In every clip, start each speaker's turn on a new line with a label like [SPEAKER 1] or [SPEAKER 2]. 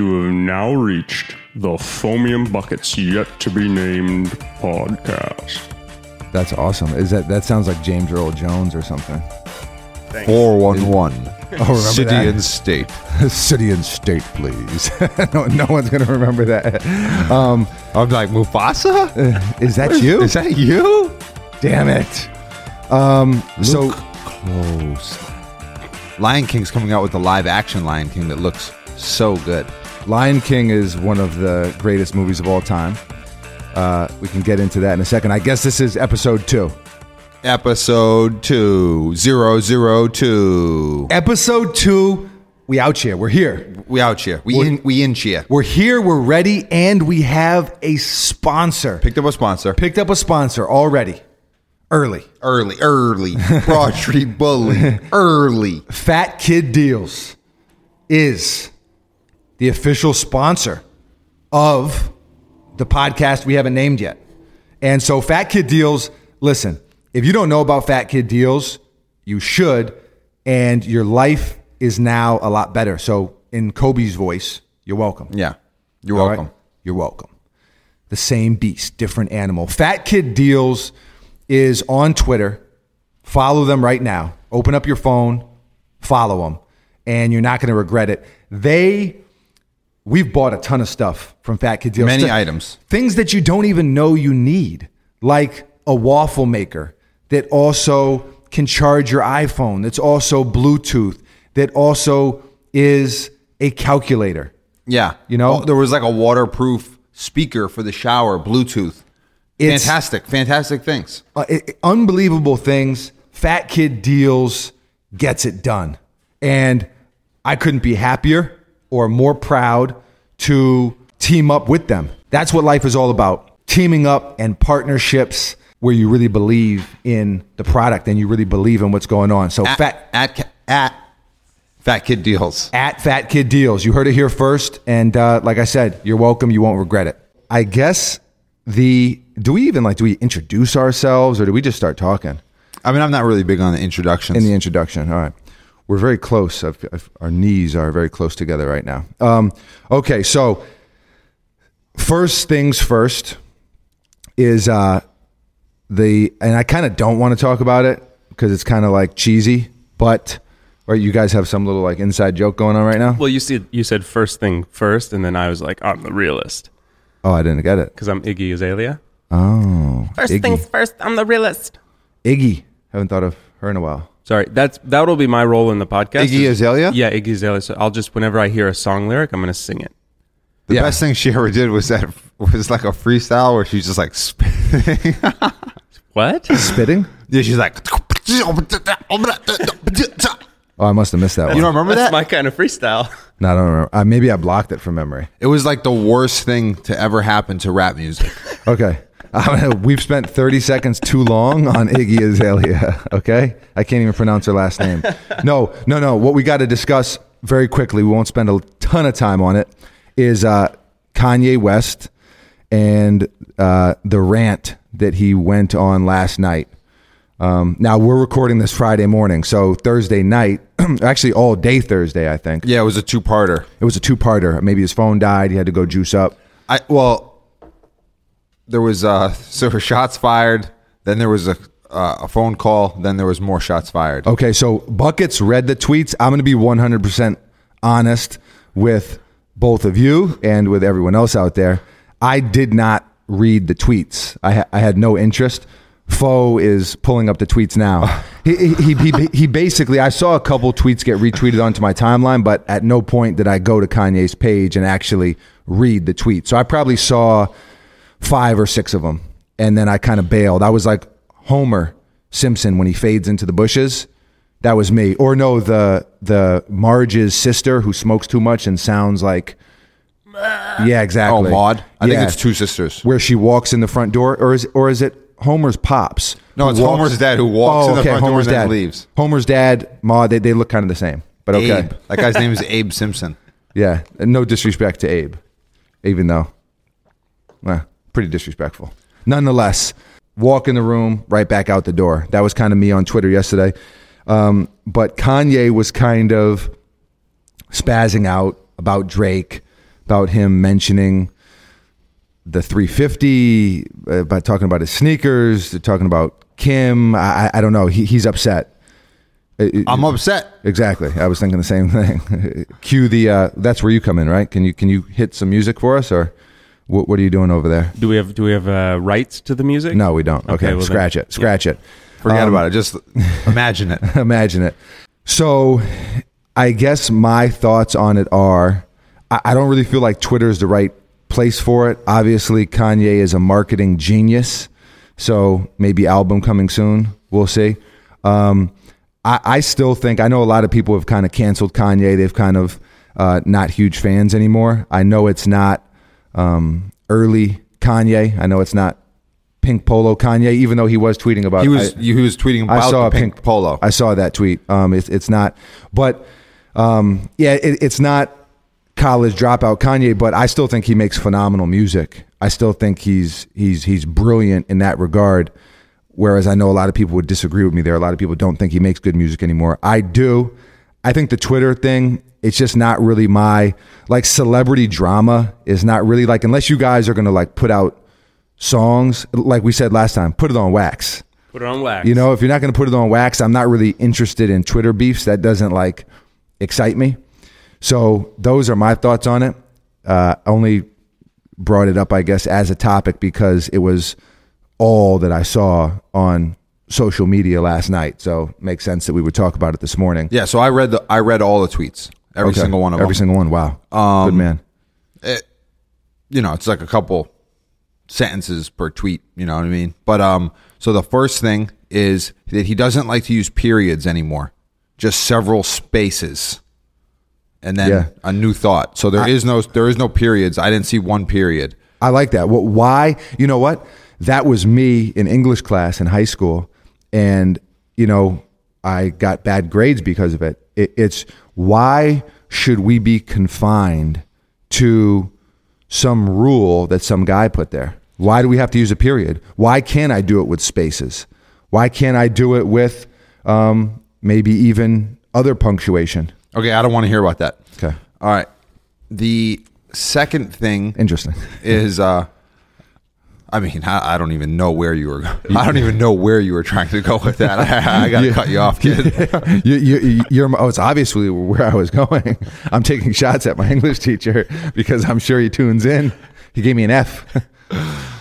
[SPEAKER 1] now reached the Fomium Buckets Yet to Be Named podcast.
[SPEAKER 2] That's awesome. Is that that sounds like James Earl Jones or something?
[SPEAKER 3] 411.
[SPEAKER 2] Oh, remember
[SPEAKER 3] City
[SPEAKER 2] that?
[SPEAKER 3] and state.
[SPEAKER 2] City and state, please. no, no one's gonna remember that. Um,
[SPEAKER 3] I'm like, Mufasa?
[SPEAKER 2] is that you?
[SPEAKER 3] Is that you?
[SPEAKER 2] Damn it!
[SPEAKER 3] So close. Lion King's coming out with the live action Lion King that looks so good.
[SPEAKER 2] Lion King is one of the greatest movies of all time. Uh, we can get into that in a second. I guess this is episode two.
[SPEAKER 3] Episode 2002.
[SPEAKER 2] Episode two. We out here. We're here.
[SPEAKER 3] We out here. We
[SPEAKER 2] We're-
[SPEAKER 3] in we in here.
[SPEAKER 2] We're here. We're ready, and we have a sponsor.
[SPEAKER 3] Picked up a sponsor.
[SPEAKER 2] Picked up a sponsor already. Early.
[SPEAKER 3] Early, early. Broad Street Bully. Early.
[SPEAKER 2] Fat Kid Deals is the official sponsor of the podcast we haven't named yet. And so, Fat Kid Deals, listen, if you don't know about Fat Kid Deals, you should, and your life is now a lot better. So, in Kobe's voice, you're welcome.
[SPEAKER 3] Yeah. You're
[SPEAKER 2] All right?
[SPEAKER 3] welcome.
[SPEAKER 2] You're welcome. The same beast, different animal. Fat Kid Deals is on Twitter. Follow them right now. Open up your phone, follow them, and you're not going to regret it. They, we've bought a ton of stuff from Fat Kid Deals.
[SPEAKER 3] Many
[SPEAKER 2] Th-
[SPEAKER 3] items.
[SPEAKER 2] Things that you don't even know you need, like a waffle maker that also can charge your iPhone, that's also Bluetooth, that also is a calculator.
[SPEAKER 3] Yeah. Oh,
[SPEAKER 2] You know?
[SPEAKER 3] there was like a waterproof speaker for the shower, Bluetooth.
[SPEAKER 2] It's-
[SPEAKER 3] fantastic, fantastic things.
[SPEAKER 2] uh, it- it- unbelievable things. Fat Kid Deals gets it done. And I couldn't be happier or more proud to team up with them. That's what life is all about teaming up and partnerships where you really believe in the product and you really believe in what's going on. So,
[SPEAKER 3] At,
[SPEAKER 2] Fat.
[SPEAKER 3] at ca- at Fat Kid Deals.
[SPEAKER 2] At Fat Kid Deals. You heard it here first. And uh, like I said, you're welcome. You won't regret it. I guess the. Do we even like, do we introduce ourselves or do we just start talking?
[SPEAKER 3] I mean, I'm not really big on the introductions.
[SPEAKER 2] in the introduction. All right. We're very close. I've, I've, our knees are very close together right now. Um, okay, so first things first is uh, the, and I kind of don't want to talk about it because it's kind of like cheesy, but right, you guys have some little like inside joke going on right now.
[SPEAKER 4] Well, you said you said first thing first, and then I was like, I'm the realist
[SPEAKER 2] Oh, I didn't get it.
[SPEAKER 4] because I'm Iggy Azalea.
[SPEAKER 2] Oh,
[SPEAKER 4] First
[SPEAKER 2] Iggy.
[SPEAKER 4] things first, I'm the realist.
[SPEAKER 2] Iggy. Haven't thought of her in a while.
[SPEAKER 4] Sorry, that's that'll be my role in the podcast.
[SPEAKER 3] Iggy Azalea?
[SPEAKER 4] Yeah, Iggy Azalea. So I'll just whenever I hear a song lyric, I'm gonna sing it.
[SPEAKER 3] the
[SPEAKER 2] yeah.
[SPEAKER 3] best thing she ever did was that was like a freestyle where she's just like spinning.
[SPEAKER 4] What?
[SPEAKER 2] Spitting?
[SPEAKER 3] yeah, she's like. You
[SPEAKER 2] Oh, I must have missed that one.
[SPEAKER 3] don't remember
[SPEAKER 4] that's
[SPEAKER 3] that?
[SPEAKER 4] my kind of freestyle.
[SPEAKER 2] no, I don't remember. Uh, maybe I blocked it from memory.
[SPEAKER 3] it was like the worst thing to ever happen to rap music.
[SPEAKER 2] Okay. I mean, we've spent 30 seconds too long on Iggy Azalea. Okay. I can't even pronounce her last name. No, no, no. What we got to discuss very quickly, we won't spend a ton of time on it, is uh, Kanye West and uh, the rant that he went on last night. Um, now, we're recording this Friday morning. So, Thursday night, actually, all day Thursday, I think.
[SPEAKER 3] Yeah, it was a two-parter.
[SPEAKER 2] It was a two parter. Maybe his phone died. He had to go juice up.
[SPEAKER 3] I well, there was uh so her shots fired. Then there was a uh, a phone call. Then there was more shots fired.
[SPEAKER 2] Okay, so Buckets read the tweets. I'm going to be 100% honest with both of you and with everyone else out there. I did not read the tweets. I, ha- I had no interest. Foe is pulling up the tweets now. He, he, he, he, he basically, I saw a couple tweets get retweeted onto my timeline, but at no point did I go to Kanye's page and actually read the tweet. So I probably saw five or six of them. And then I kind of bailed. I was like Homer Simpson when he fades into the bushes. That was me. Or no, the the Marge's sister who smokes too much and sounds like Yeah,
[SPEAKER 3] Oh,
[SPEAKER 2] exactly.
[SPEAKER 3] Maud. I
[SPEAKER 2] Yeah.
[SPEAKER 3] think it's two sisters.
[SPEAKER 2] Where she walks in the front door or is or is it Homer's pops?
[SPEAKER 3] No,
[SPEAKER 2] who Oh,
[SPEAKER 3] it's Homer's dad who walks in the front door and then
[SPEAKER 2] dad.
[SPEAKER 3] leaves.
[SPEAKER 2] Homer's dad, Maud, they, they look kind of the same. But okay.
[SPEAKER 3] Abe. That guy's name is Abe Simpson.
[SPEAKER 2] Yeah. and No disrespect to Abe, even though, well, pretty disrespectful. Nonetheless, walk in the room, right back out the door. That was kind of me on Twitter yesterday. Um, but Kanye was kind of spazzing out about Drake about him mentioning the 350, uh, by talking about his sneakers, they're talking about Kim. I, I- I don't know. He, he's upset. It- it-
[SPEAKER 3] I'm upset.
[SPEAKER 2] Exactly. I was thinking the same thing. Cue the. Uh, that's where you come in, right? Can you can you hit some music for us, or what, what are you doing over there?
[SPEAKER 4] Do we have do we have uh, rights to the music?
[SPEAKER 2] No, we don't. Okay,
[SPEAKER 4] Okay, well then-
[SPEAKER 2] scratch it. Scratch it.
[SPEAKER 3] Forget
[SPEAKER 2] Um,
[SPEAKER 3] about it. Just imagine it.
[SPEAKER 2] Imagine it. So, I guess my thoughts on it are I, I don't really feel like Twitter is the right place for it. Obviously, Kanye is a marketing genius. So, maybe album coming soon. We'll see. Um, I, I still think, I know a lot of people have kind of canceled Kanye. They've kind of uh, not huge fans anymore. I know it's not um, early Kanye. I know it's not pink polo Kanye, even though he was tweeting about
[SPEAKER 3] He was
[SPEAKER 2] I-
[SPEAKER 3] he was tweeting about
[SPEAKER 2] I saw
[SPEAKER 3] the
[SPEAKER 2] a
[SPEAKER 3] pink, polo.
[SPEAKER 2] I saw that tweet. Um, it's it's not, but um, yeah, it, it's not college dropout Kanye. But I still think he makes phenomenal music. I still think he's he's he's brilliant in that regard. Whereas I know a lot of people would disagree with me there. A lot of people don't think he makes good music anymore. I do. I think the Twitter thing, it's just not really my like celebrity drama is not really like unless you guys are gonna like put out songs, like we said last time, put it on wax.
[SPEAKER 4] Put it on wax.
[SPEAKER 2] You know, if you're not going to put it on wax, I'm not really interested in Twitter beefs. That doesn't like excite me. So those are my thoughts on it. Uh, only brought it up, I guess, as a topic because it was all that I saw on social media last night. So makes sense that we would talk about it this morning.
[SPEAKER 3] yeah, so I read the I read all the tweets. Every
[SPEAKER 2] Okay.
[SPEAKER 3] single one of
[SPEAKER 2] Every
[SPEAKER 3] them. Um,
[SPEAKER 2] single one. Wow. Good man.
[SPEAKER 3] you know, it's like a couple sentences per tweet, you know what I mean? But um so the first thing is that he doesn't like to use periods anymore. Just several spaces. And then
[SPEAKER 2] Yeah.
[SPEAKER 3] a new thought. So there is no there is no periods. I didn't see one period.
[SPEAKER 2] I like that. What? Why? You know what? That was me in English class in high school, and you know I got bad grades because of it. it it's why should we be confined to some rule that some guy put there? Why do we have to use a period? Why can't I do it with spaces? Why can't I do it with um, maybe even other punctuation?
[SPEAKER 3] Okay, I don't want to hear about that.
[SPEAKER 2] Okay.
[SPEAKER 3] All right. The second thing
[SPEAKER 2] Interesting.
[SPEAKER 3] is uh I mean, I, I don't even know where you were. I don't even know where you were trying to go with that. I, got to cut you off, kid.
[SPEAKER 2] you, you, you're, oh, it's obviously where I was going. I'm taking shots at my English teacher because I'm sure he tunes in. He gave me an F.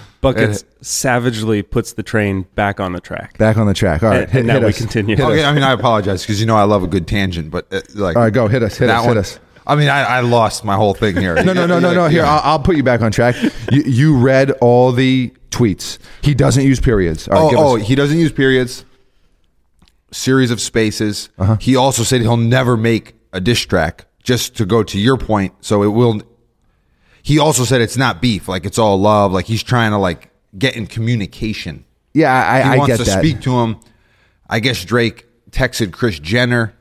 [SPEAKER 4] Buckets uh, savagely puts the train back on the track.
[SPEAKER 2] Back on the track. All right,
[SPEAKER 4] and, and now we
[SPEAKER 2] us.
[SPEAKER 4] continue.
[SPEAKER 2] Hit
[SPEAKER 3] Okay,
[SPEAKER 2] us.
[SPEAKER 3] I mean, I apologize because you know I love a good tangent, but uh, like,
[SPEAKER 2] All right, go hit us. Hit
[SPEAKER 3] that
[SPEAKER 2] us. Hit
[SPEAKER 3] one-
[SPEAKER 2] us.
[SPEAKER 3] I mean, I, I lost my whole thing here.
[SPEAKER 2] No, no, no, no, no. Here, I'll, I'll put you back on track. You, you read all the tweets. He doesn't use periods. All right,
[SPEAKER 3] oh,
[SPEAKER 2] give
[SPEAKER 3] oh
[SPEAKER 2] us-
[SPEAKER 3] he doesn't use periods. Series of spaces. He also said he'll never make a diss track. Just to go to your point, so it will. He also said it's not beef, like it's all love. Like he's trying to like get in communication.
[SPEAKER 2] yeah, I,
[SPEAKER 3] he
[SPEAKER 2] I, I
[SPEAKER 3] wants
[SPEAKER 2] get
[SPEAKER 3] to
[SPEAKER 2] that.
[SPEAKER 3] speak to him. I guess Drake texted Chris Jenner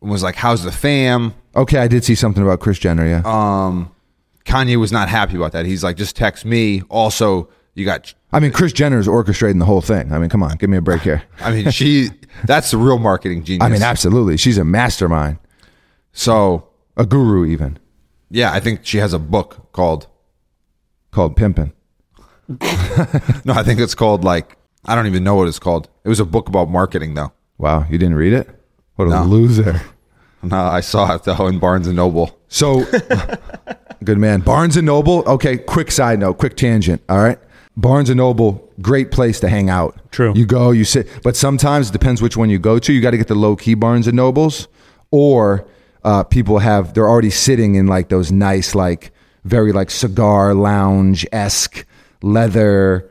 [SPEAKER 3] and was like, "How's the fam?"
[SPEAKER 2] Okay, I did see something about Chris Jenner. Yeah,
[SPEAKER 3] Uh, Kanye was not happy about that. He's like, just text me. Also, you got.
[SPEAKER 2] I mean Chris Jenner is orchestrating the whole thing. I mean, come on, give me a break here.
[SPEAKER 3] I mean, she. that's the real marketing genius.
[SPEAKER 2] I mean, absolutely, she's a mastermind,
[SPEAKER 3] so
[SPEAKER 2] a guru even
[SPEAKER 3] yeah, I think she has a book called.
[SPEAKER 2] called Pimpin.
[SPEAKER 3] No, I think it's called like I don't even know what it's called. It was a book about marketing though.
[SPEAKER 2] Wow, you didn't read it? What a
[SPEAKER 3] No.
[SPEAKER 2] loser.
[SPEAKER 3] No, I saw it though in Barnes and Noble.
[SPEAKER 2] So, good man. Barnes and Noble. Okay, quick side note, quick tangent. All right. Barnes and Noble, great place to hang out.
[SPEAKER 4] True.
[SPEAKER 2] You go, you sit, but sometimes it depends which one you go to. You got to get the low key Barnes and Nobles, or uh, people have they're already sitting in like those nice, like very like cigar lounge esque leather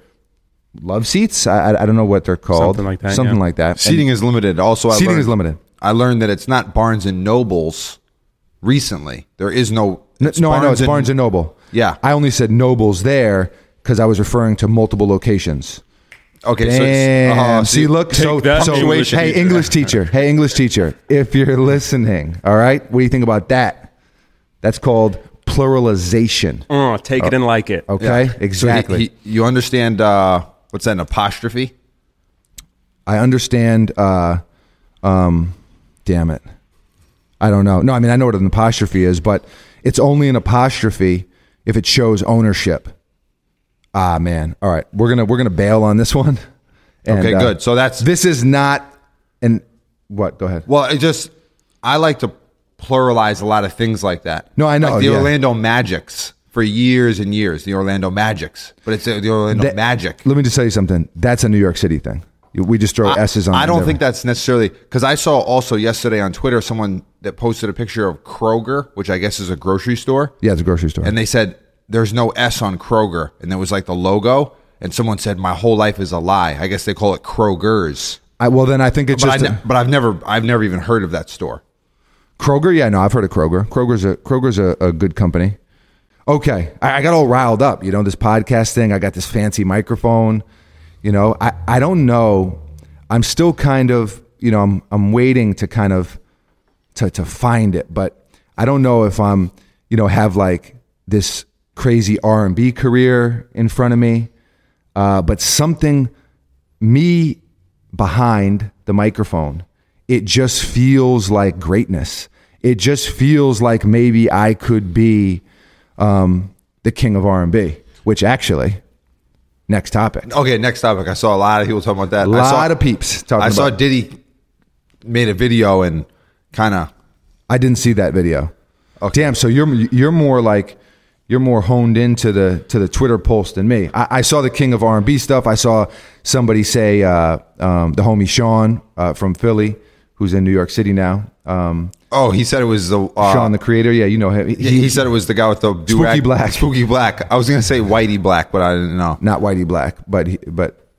[SPEAKER 2] love seats. I, I I don't know what they're called.
[SPEAKER 4] Something like that,
[SPEAKER 2] Something
[SPEAKER 4] yeah.
[SPEAKER 2] like that. And
[SPEAKER 3] Seating is limited. Also, I
[SPEAKER 2] Seating
[SPEAKER 3] learned-
[SPEAKER 2] is limited.
[SPEAKER 3] I learned that it's not Barnes and Nobles. Recently, there is no.
[SPEAKER 2] No, no I know it's Barnes and
[SPEAKER 3] Noble.
[SPEAKER 2] Noble.
[SPEAKER 3] Yeah.
[SPEAKER 2] I only said Nobles there because I was referring to multiple locations.
[SPEAKER 3] Okay, so
[SPEAKER 2] Damn.
[SPEAKER 3] it's, uh,
[SPEAKER 2] See, look, so,
[SPEAKER 4] that,
[SPEAKER 2] so
[SPEAKER 4] English
[SPEAKER 2] hey,
[SPEAKER 4] teacher.
[SPEAKER 2] English teacher, hey, English teacher, if you're listening, all right, what do you think about that? That's called pluralization.
[SPEAKER 4] Oh, take it and like it.
[SPEAKER 2] Okay,
[SPEAKER 3] So he-
[SPEAKER 2] exactly.
[SPEAKER 3] he- you understand uh, what's that? An apostrophe?
[SPEAKER 2] I understand. Uh, um, damn it, I don't know. No, I mean I know what an apostrophe is, but it's only an apostrophe if it shows ownership. Ah man. All right. We're gonna we're gonna bail on this one. And,
[SPEAKER 3] Okay,
[SPEAKER 2] uh,
[SPEAKER 3] good. So that's
[SPEAKER 2] this is not an what, go ahead.
[SPEAKER 3] well. It just I like to pluralize a lot of things like that.
[SPEAKER 2] No, I know,
[SPEAKER 3] Like the
[SPEAKER 2] yeah.
[SPEAKER 3] Orlando Magics for years and years. The Orlando Magics, but it's uh, the Orlando
[SPEAKER 2] That-
[SPEAKER 3] Magic.
[SPEAKER 2] Let me just tell you something. That's a New York City thing. We just throw S's on
[SPEAKER 3] I don't
[SPEAKER 2] everything.
[SPEAKER 3] think that's necessarily because I saw also yesterday on Twitter someone that posted a picture of Kroger, which I guess is a grocery store.
[SPEAKER 2] Yeah, it's a grocery store.
[SPEAKER 3] and they said there's no S on Kroger, and there was like the logo, and someone said my whole life is a lie. I guess they call it Kroger's,
[SPEAKER 2] I, well, then I think it's
[SPEAKER 3] but, I
[SPEAKER 2] just
[SPEAKER 3] ne- but I've never I've never even heard of that store.
[SPEAKER 2] Kroger. Yeah, no, I've heard of Kroger. Kroger's a Kroger's a, a good company. Okay, I, I got all riled up. You know, this podcast thing. I got this fancy microphone. You know, I I don't know. I'm still kind of you know I'm I'm waiting to kind of to to find it, but I don't know if I'm you know have like this crazy R and B career in front of me, uh, but something me behind the microphone, it just feels like greatness. It just feels like maybe I could be um, the king of R and B. Which actually, next topic.
[SPEAKER 3] Okay, next topic. I saw a lot of people talking about that.
[SPEAKER 2] A
[SPEAKER 3] I saw,
[SPEAKER 2] lot of peeps talking.
[SPEAKER 3] I saw
[SPEAKER 2] about-
[SPEAKER 3] Diddy made a video and kind of
[SPEAKER 2] I didn't see that video. Damn. So you're you're more like you're more honed into the to the Twitter pulse than me. I, I saw the King of R and B stuff. I saw somebody say uh, um, the homie Sean uh, from Philly, who's in New York City now. Um,
[SPEAKER 3] oh he said it was the uh,
[SPEAKER 2] Sean, the creator. Yeah, you know him. He-
[SPEAKER 3] he, he said it was the guy with the do
[SPEAKER 2] Spooky Black.
[SPEAKER 3] spooky black. I was gonna say Whitey Black, but I didn't know.
[SPEAKER 2] not Whitey Black, but he, but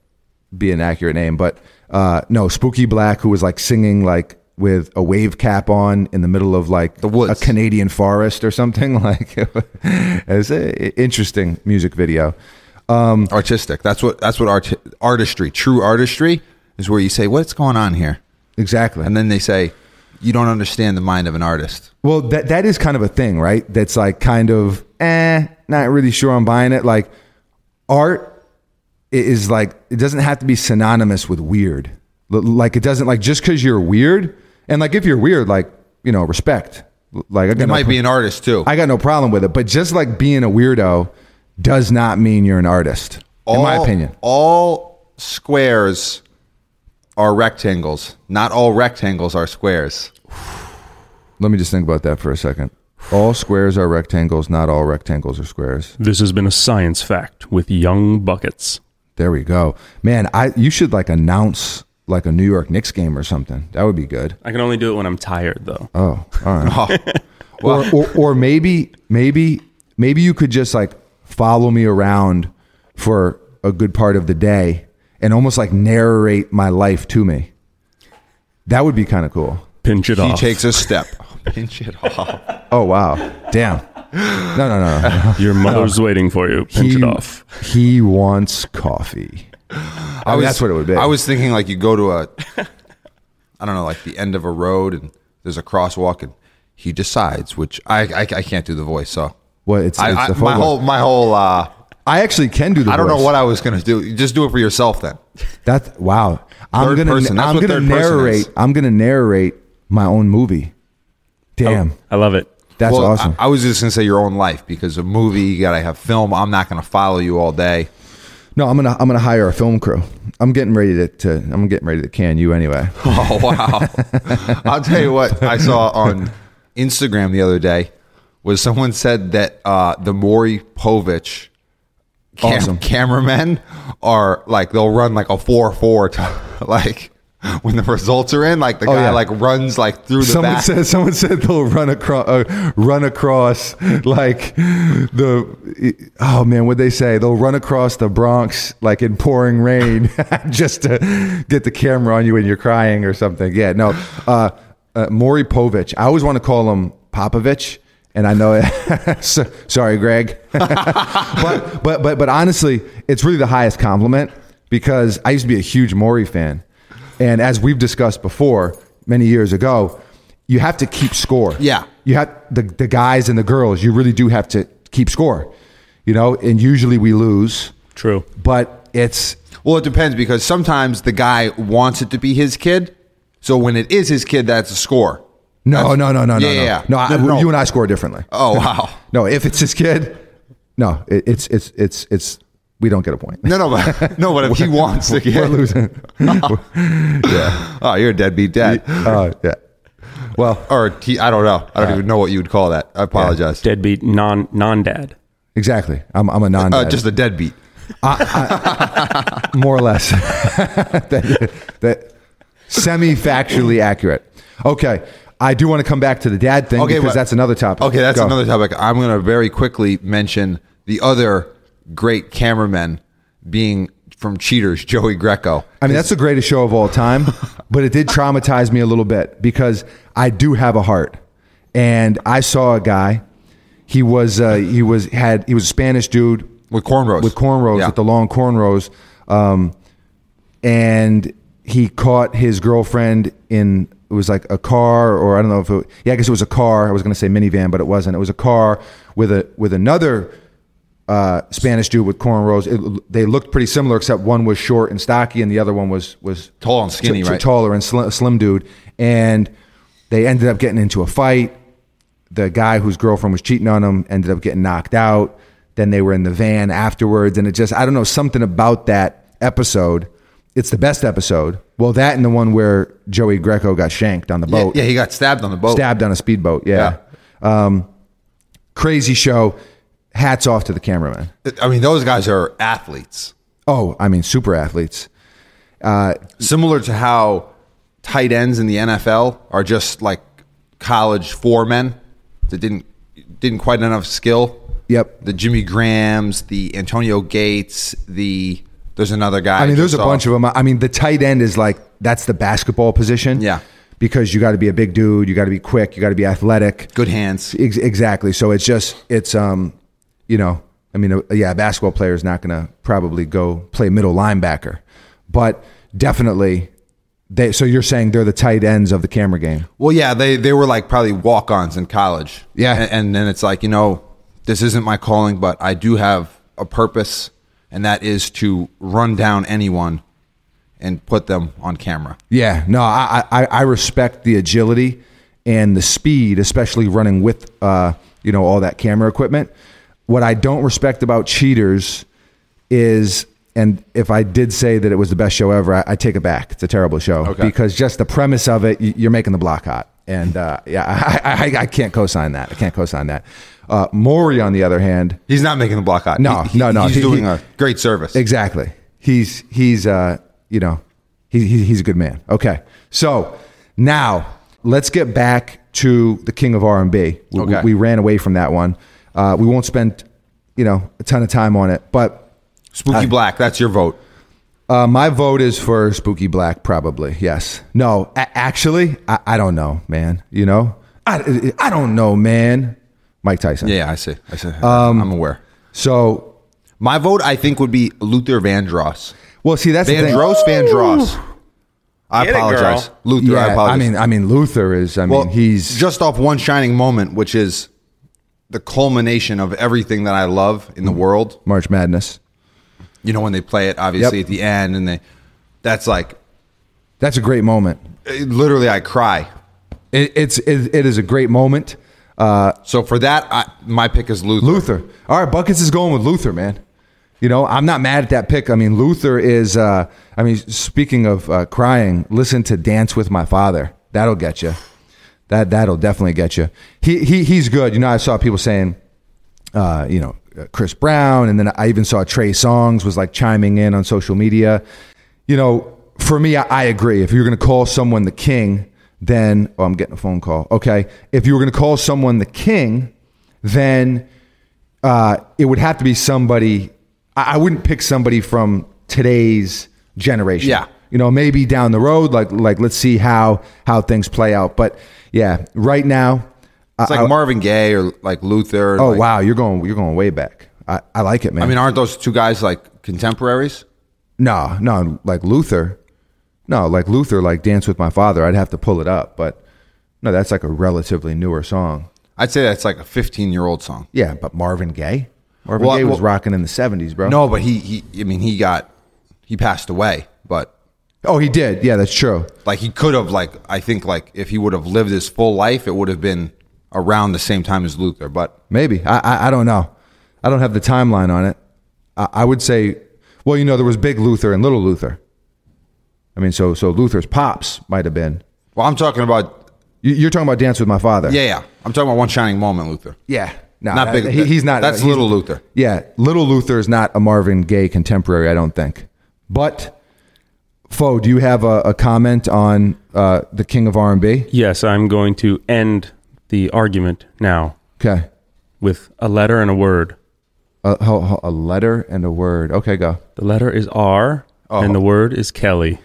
[SPEAKER 2] be an accurate name. But uh, no, Spooky Black, who was like singing like with a wave cap on in the middle of like the
[SPEAKER 3] woods.
[SPEAKER 2] a Canadian forest or something. Like it was a interesting music video. Mm.
[SPEAKER 3] Artistic. That's what that's what art, artistry. True artistry is where you say what's going on here.
[SPEAKER 2] Exactly.
[SPEAKER 3] and then they say you don't understand the mind of an artist
[SPEAKER 2] Well, that that is kind of a thing, right? That's like kind of eh, not really sure I'm buying it. Like art i- is like it doesn't have to be synonymous with weird. L- Like it doesn't like just because you're weird and like if you're weird, like you know, respect. L- Like I got
[SPEAKER 3] you
[SPEAKER 2] no
[SPEAKER 3] might
[SPEAKER 2] pro-
[SPEAKER 3] be an artist too
[SPEAKER 2] I got no problem with it, but just like being a weirdo does not mean you're an artist, in my
[SPEAKER 3] All-
[SPEAKER 2] opinion.
[SPEAKER 3] all squares are rectangles not all rectangles are squares
[SPEAKER 2] Let me just think about that for a second. All squares are rectangles. Not all rectangles are squares.
[SPEAKER 1] This has been a science fact with Young Buckets.
[SPEAKER 2] There we go, man. I you should like announce like a New York Knicks game or something. That would be good.
[SPEAKER 4] I can only do it when I'm tired, though.
[SPEAKER 2] Oh, all right.
[SPEAKER 3] oh,
[SPEAKER 2] or, or or maybe maybe maybe you could just like follow me around for a good part of the day and almost like narrate my life to me. That would be kind of cool.
[SPEAKER 1] Pinch it
[SPEAKER 3] he
[SPEAKER 1] off.
[SPEAKER 3] takes a step pinch it off
[SPEAKER 2] Oh wow, damn. No no no. no.
[SPEAKER 1] Your mother's waiting for you. Pinch it off.
[SPEAKER 2] he wants coffee. I
[SPEAKER 3] was-
[SPEAKER 2] that's what it would be.
[SPEAKER 3] i was thinking like you go to a i don't know like the end of a road and there's a crosswalk and he decides which i i, I can't do the voice so
[SPEAKER 2] Well, it's,
[SPEAKER 3] I,
[SPEAKER 2] it's
[SPEAKER 3] I,
[SPEAKER 2] the
[SPEAKER 3] my
[SPEAKER 2] phone.
[SPEAKER 3] whole my whole uh
[SPEAKER 2] I actually can do the.
[SPEAKER 3] i don't know
[SPEAKER 2] voice.
[SPEAKER 3] what i was gonna do just do it for yourself then
[SPEAKER 2] That wow. I'm
[SPEAKER 3] Third
[SPEAKER 2] gonna
[SPEAKER 3] person. That's
[SPEAKER 2] I'm
[SPEAKER 3] what
[SPEAKER 2] gonna
[SPEAKER 3] third person
[SPEAKER 2] narrate
[SPEAKER 3] is.
[SPEAKER 2] I'm gonna narrate my own movie. Damn.
[SPEAKER 4] I love it.
[SPEAKER 2] That's
[SPEAKER 3] Oh. Well,
[SPEAKER 2] awesome.
[SPEAKER 3] I, I was just gonna say your own life because a movie you gotta have film. I'm not gonna follow you all day.
[SPEAKER 2] no, I'm gonna I'm gonna hire a film crew. I'm getting ready to, to I'm getting ready to can you anyway.
[SPEAKER 3] Oh wow! I'll tell you what I saw on Instagram the other day was someone said that uh, the Maury Povich cam-
[SPEAKER 2] Awesome.
[SPEAKER 3] cameramen are like they'll run like a four four like when the results are in like the guy
[SPEAKER 2] Oh, yeah.
[SPEAKER 3] like runs like through the
[SPEAKER 2] Someone
[SPEAKER 3] back.
[SPEAKER 2] said someone said they'll run across uh, run across like the oh man what they say they'll run across the Bronx like in pouring rain just to get the camera on you when you're crying or something yeah no uh, uh, Maury Povich I always want to call him Popovich and I know it so, sorry Greg but but but but honestly it's really the highest compliment because I used to be a huge Maury fan and as we've discussed before many years ago, you have to keep score.
[SPEAKER 3] Yeah.
[SPEAKER 2] You have the, the guys and the girls, you really do have to keep score. You know, and usually we lose.
[SPEAKER 4] True.
[SPEAKER 2] But it's
[SPEAKER 3] Well, it depends because sometimes the guy wants it to be his kid, so when it is his kid, that's a score.
[SPEAKER 2] No, no, no, no, no,
[SPEAKER 3] Yeah,
[SPEAKER 2] no.
[SPEAKER 3] yeah, yeah.
[SPEAKER 2] No, I,
[SPEAKER 3] No, no.
[SPEAKER 2] you and I score differently.
[SPEAKER 3] Oh wow.
[SPEAKER 2] No, if it's his kid, no, it, it's it's it's it's we don't get a point.
[SPEAKER 3] No, no, but no, but if he wants to
[SPEAKER 2] We're
[SPEAKER 3] get,
[SPEAKER 2] losing. yeah.
[SPEAKER 3] oh, you're a deadbeat dad,
[SPEAKER 2] Uh, yeah. Well,
[SPEAKER 3] or he, I don't know. I don't even know what you would call that. I apologize.
[SPEAKER 4] Deadbeat non non dad.
[SPEAKER 2] exactly. I'm I'm a non.
[SPEAKER 3] Uh, just a deadbeat.
[SPEAKER 2] more or less that, that semi-factually accurate. Okay, I do want to come back to the dad thing
[SPEAKER 3] Okay,
[SPEAKER 2] because
[SPEAKER 3] but-
[SPEAKER 2] that's another topic.
[SPEAKER 3] Okay, that's
[SPEAKER 2] Go.
[SPEAKER 3] another topic. I'm going to very quickly mention the other great cameraman being from Cheaters, Joey Greco.
[SPEAKER 2] I mean, that's the greatest show of all time, but it did traumatize me a little bit because I do have a heart, and I saw a guy. He was uh, he was had he was a Spanish dude
[SPEAKER 3] With cornrows.
[SPEAKER 2] with cornrows
[SPEAKER 3] Yeah.
[SPEAKER 2] with the long cornrows, um, and he caught his girlfriend in it was like a car or I don't know if it, yeah I guess it was a car I was gonna say minivan but it wasn't it was a car with a with another uh, Spanish dude with cornrows. It, they looked pretty similar, except one was short and stocky, and the other one was was
[SPEAKER 3] Tall and skinny,
[SPEAKER 2] t- t-
[SPEAKER 3] right?
[SPEAKER 2] Taller and slim, slim dude. And they ended up getting into a fight. The guy whose girlfriend was cheating on him ended up getting knocked out. Then they were in the van afterwards, and it just I don't know something about that episode. It's the best episode. Well, that and the one where Joey Greco got shanked on the
[SPEAKER 3] Yeah,
[SPEAKER 2] boat
[SPEAKER 3] yeah, he got stabbed on the boat.
[SPEAKER 2] stabbed on a speedboat. Yeah. Um, crazy show. Hats off to the cameraman.
[SPEAKER 3] I mean, those guys are athletes.
[SPEAKER 2] Oh, I mean, super athletes.
[SPEAKER 3] Similar to how tight ends in the NFL are just like college four men that didn't didn't quite enough skill.
[SPEAKER 2] Yep.
[SPEAKER 3] The Jimmy Grahams, the Antonio Gates, the there's another guy.
[SPEAKER 2] I mean, there's a
[SPEAKER 3] just saw.
[SPEAKER 2] bunch of them. I mean, the tight end is like that's the basketball position.
[SPEAKER 3] Yeah.
[SPEAKER 2] Because you got to be a big dude. You got to be quick. You got to be athletic.
[SPEAKER 3] good hands.
[SPEAKER 2] Ex- exactly. So it's just it's um, you know, I mean, uh, yeah, a basketball player is not going to probably go play middle linebacker, but definitely they. So you're saying they're the tight ends of the camera game.
[SPEAKER 3] Well, yeah, they they were like probably walk-ons in college.
[SPEAKER 2] Yeah.
[SPEAKER 3] and, and then it's like you know, this isn't my calling, but I do have a purpose, and that is to run down anyone and put them on camera.
[SPEAKER 2] Yeah, no, I, I, I respect the agility and the speed, especially running with uh, you know all that camera equipment. What I don't respect about cheaters is, and if I did say that it was the best show ever, I, I take it back. It's a terrible show
[SPEAKER 3] Okay.
[SPEAKER 2] because just the premise of it, y- you're making the block hot, and uh, yeah, I, I, I can't co-sign that. I can't co-sign that. Uh, Maury, on the other hand,
[SPEAKER 3] He's not making the block out.
[SPEAKER 2] No, no, no.
[SPEAKER 3] He's
[SPEAKER 2] He-
[SPEAKER 3] doing
[SPEAKER 2] he-
[SPEAKER 3] a great service.
[SPEAKER 2] Exactly. He's he's uh you know he, he he's a good man. Okay. So now let's get back to the king of R and B.
[SPEAKER 3] Okay.
[SPEAKER 2] We ran away from that one. Uh, we won't spend you know a ton of time on it, but
[SPEAKER 3] Spooky Black. That's your vote.
[SPEAKER 2] uh, my vote is for Spooky Black. Probably yes. No, a- actually I, I don't know, man. You know I I don't know, man. Mike Tyson.
[SPEAKER 3] Yeah, I see. I see. I'm aware.
[SPEAKER 2] So
[SPEAKER 3] Um, My vote, I think, would be Luther Vandross.
[SPEAKER 2] well, see that's the thing.
[SPEAKER 3] Vandross, Vandross. I
[SPEAKER 4] Get it, girl.
[SPEAKER 3] apologize, Luther. I
[SPEAKER 2] Yeah, I,
[SPEAKER 3] apologize.
[SPEAKER 2] mean, I mean, Luther is. I
[SPEAKER 3] Well,
[SPEAKER 2] mean, he's
[SPEAKER 3] just off one shining moment, which is the culmination of everything that I love in the
[SPEAKER 2] Mm-hmm.
[SPEAKER 3] world.
[SPEAKER 2] March Madness.
[SPEAKER 3] You know, when they play it, obviously
[SPEAKER 2] Yep.
[SPEAKER 3] at the end, and they that's like
[SPEAKER 2] That's a great moment.
[SPEAKER 3] it- literally, I cry.
[SPEAKER 2] It, it's it, it is a great moment. Uh,
[SPEAKER 3] So for that, I, my pick is Luther.
[SPEAKER 2] Luther. All right, buckets is going with Luther, man. You know, I'm not mad at that pick. I mean, Luther is. Uh, I mean, speaking of uh, crying, listen to "Dance with My Father." That'll get you. That that'll definitely get you. He he he's good. You know, I saw people saying, uh, you know, uh, Chris Brown, and then I even saw Trey Songs was like chiming in on social media. You know, for me, I, I agree. If you're going to call someone the king, then oh, I'm getting a phone call. Okay, if you were going to call someone the king, then uh, it would have to be somebody. I, I wouldn't pick somebody from today's generation.
[SPEAKER 3] Yeah.
[SPEAKER 2] you know, maybe down the road, like like let's see how how things play out. But yeah, right now,
[SPEAKER 3] It's like Marvin Gaye or like Luther.
[SPEAKER 2] Oh
[SPEAKER 3] like-
[SPEAKER 2] wow, you're going you're going way back. I, I like it, man.
[SPEAKER 3] I mean, aren't those two guys like contemporaries?
[SPEAKER 2] no, no, like Luther. No, like Luther, like Dance with My Father. I'd have to pull it up, but no, that's like a relatively newer song.
[SPEAKER 3] I'd say that's like a 15 year old song.
[SPEAKER 2] Yeah, but Marvin Gaye. Marvin
[SPEAKER 3] Well,
[SPEAKER 2] Gaye was
[SPEAKER 3] well-
[SPEAKER 2] rocking in the '70s, bro.
[SPEAKER 3] No, but he he. I mean, he got he passed away, but
[SPEAKER 2] Oh, he did. Yeah, that's true.
[SPEAKER 3] Like he could have like I think like if he would have lived his full life, it would have been around the same time as Luther. But
[SPEAKER 2] Maybe. I, I, I don't know. I don't have the timeline on it. I, I would say, well, you know, there was Big Luther and Little Luther. I mean, so so Luther's pops might have been.
[SPEAKER 3] well, I'm talking about
[SPEAKER 2] You, you're talking about Dance with My Father.
[SPEAKER 3] yeah, yeah. I'm talking about one shining moment, Luther.
[SPEAKER 2] Yeah. No,
[SPEAKER 3] Not
[SPEAKER 2] that-
[SPEAKER 3] Big-
[SPEAKER 2] Uh, he- he's not.
[SPEAKER 3] that's
[SPEAKER 2] he's-
[SPEAKER 3] Little Luther.
[SPEAKER 2] Yeah, Little Luther is not a Marvin Gaye contemporary, I don't think. But, Foe, do you have a, a comment on uh, the King of R&B?
[SPEAKER 4] Yes, I'm going to end the argument now
[SPEAKER 2] Okay,
[SPEAKER 4] with a letter and a word.
[SPEAKER 2] a, ho- ho- a letter and a word. Okay, go.
[SPEAKER 4] The letter is R, and the word is Kelly.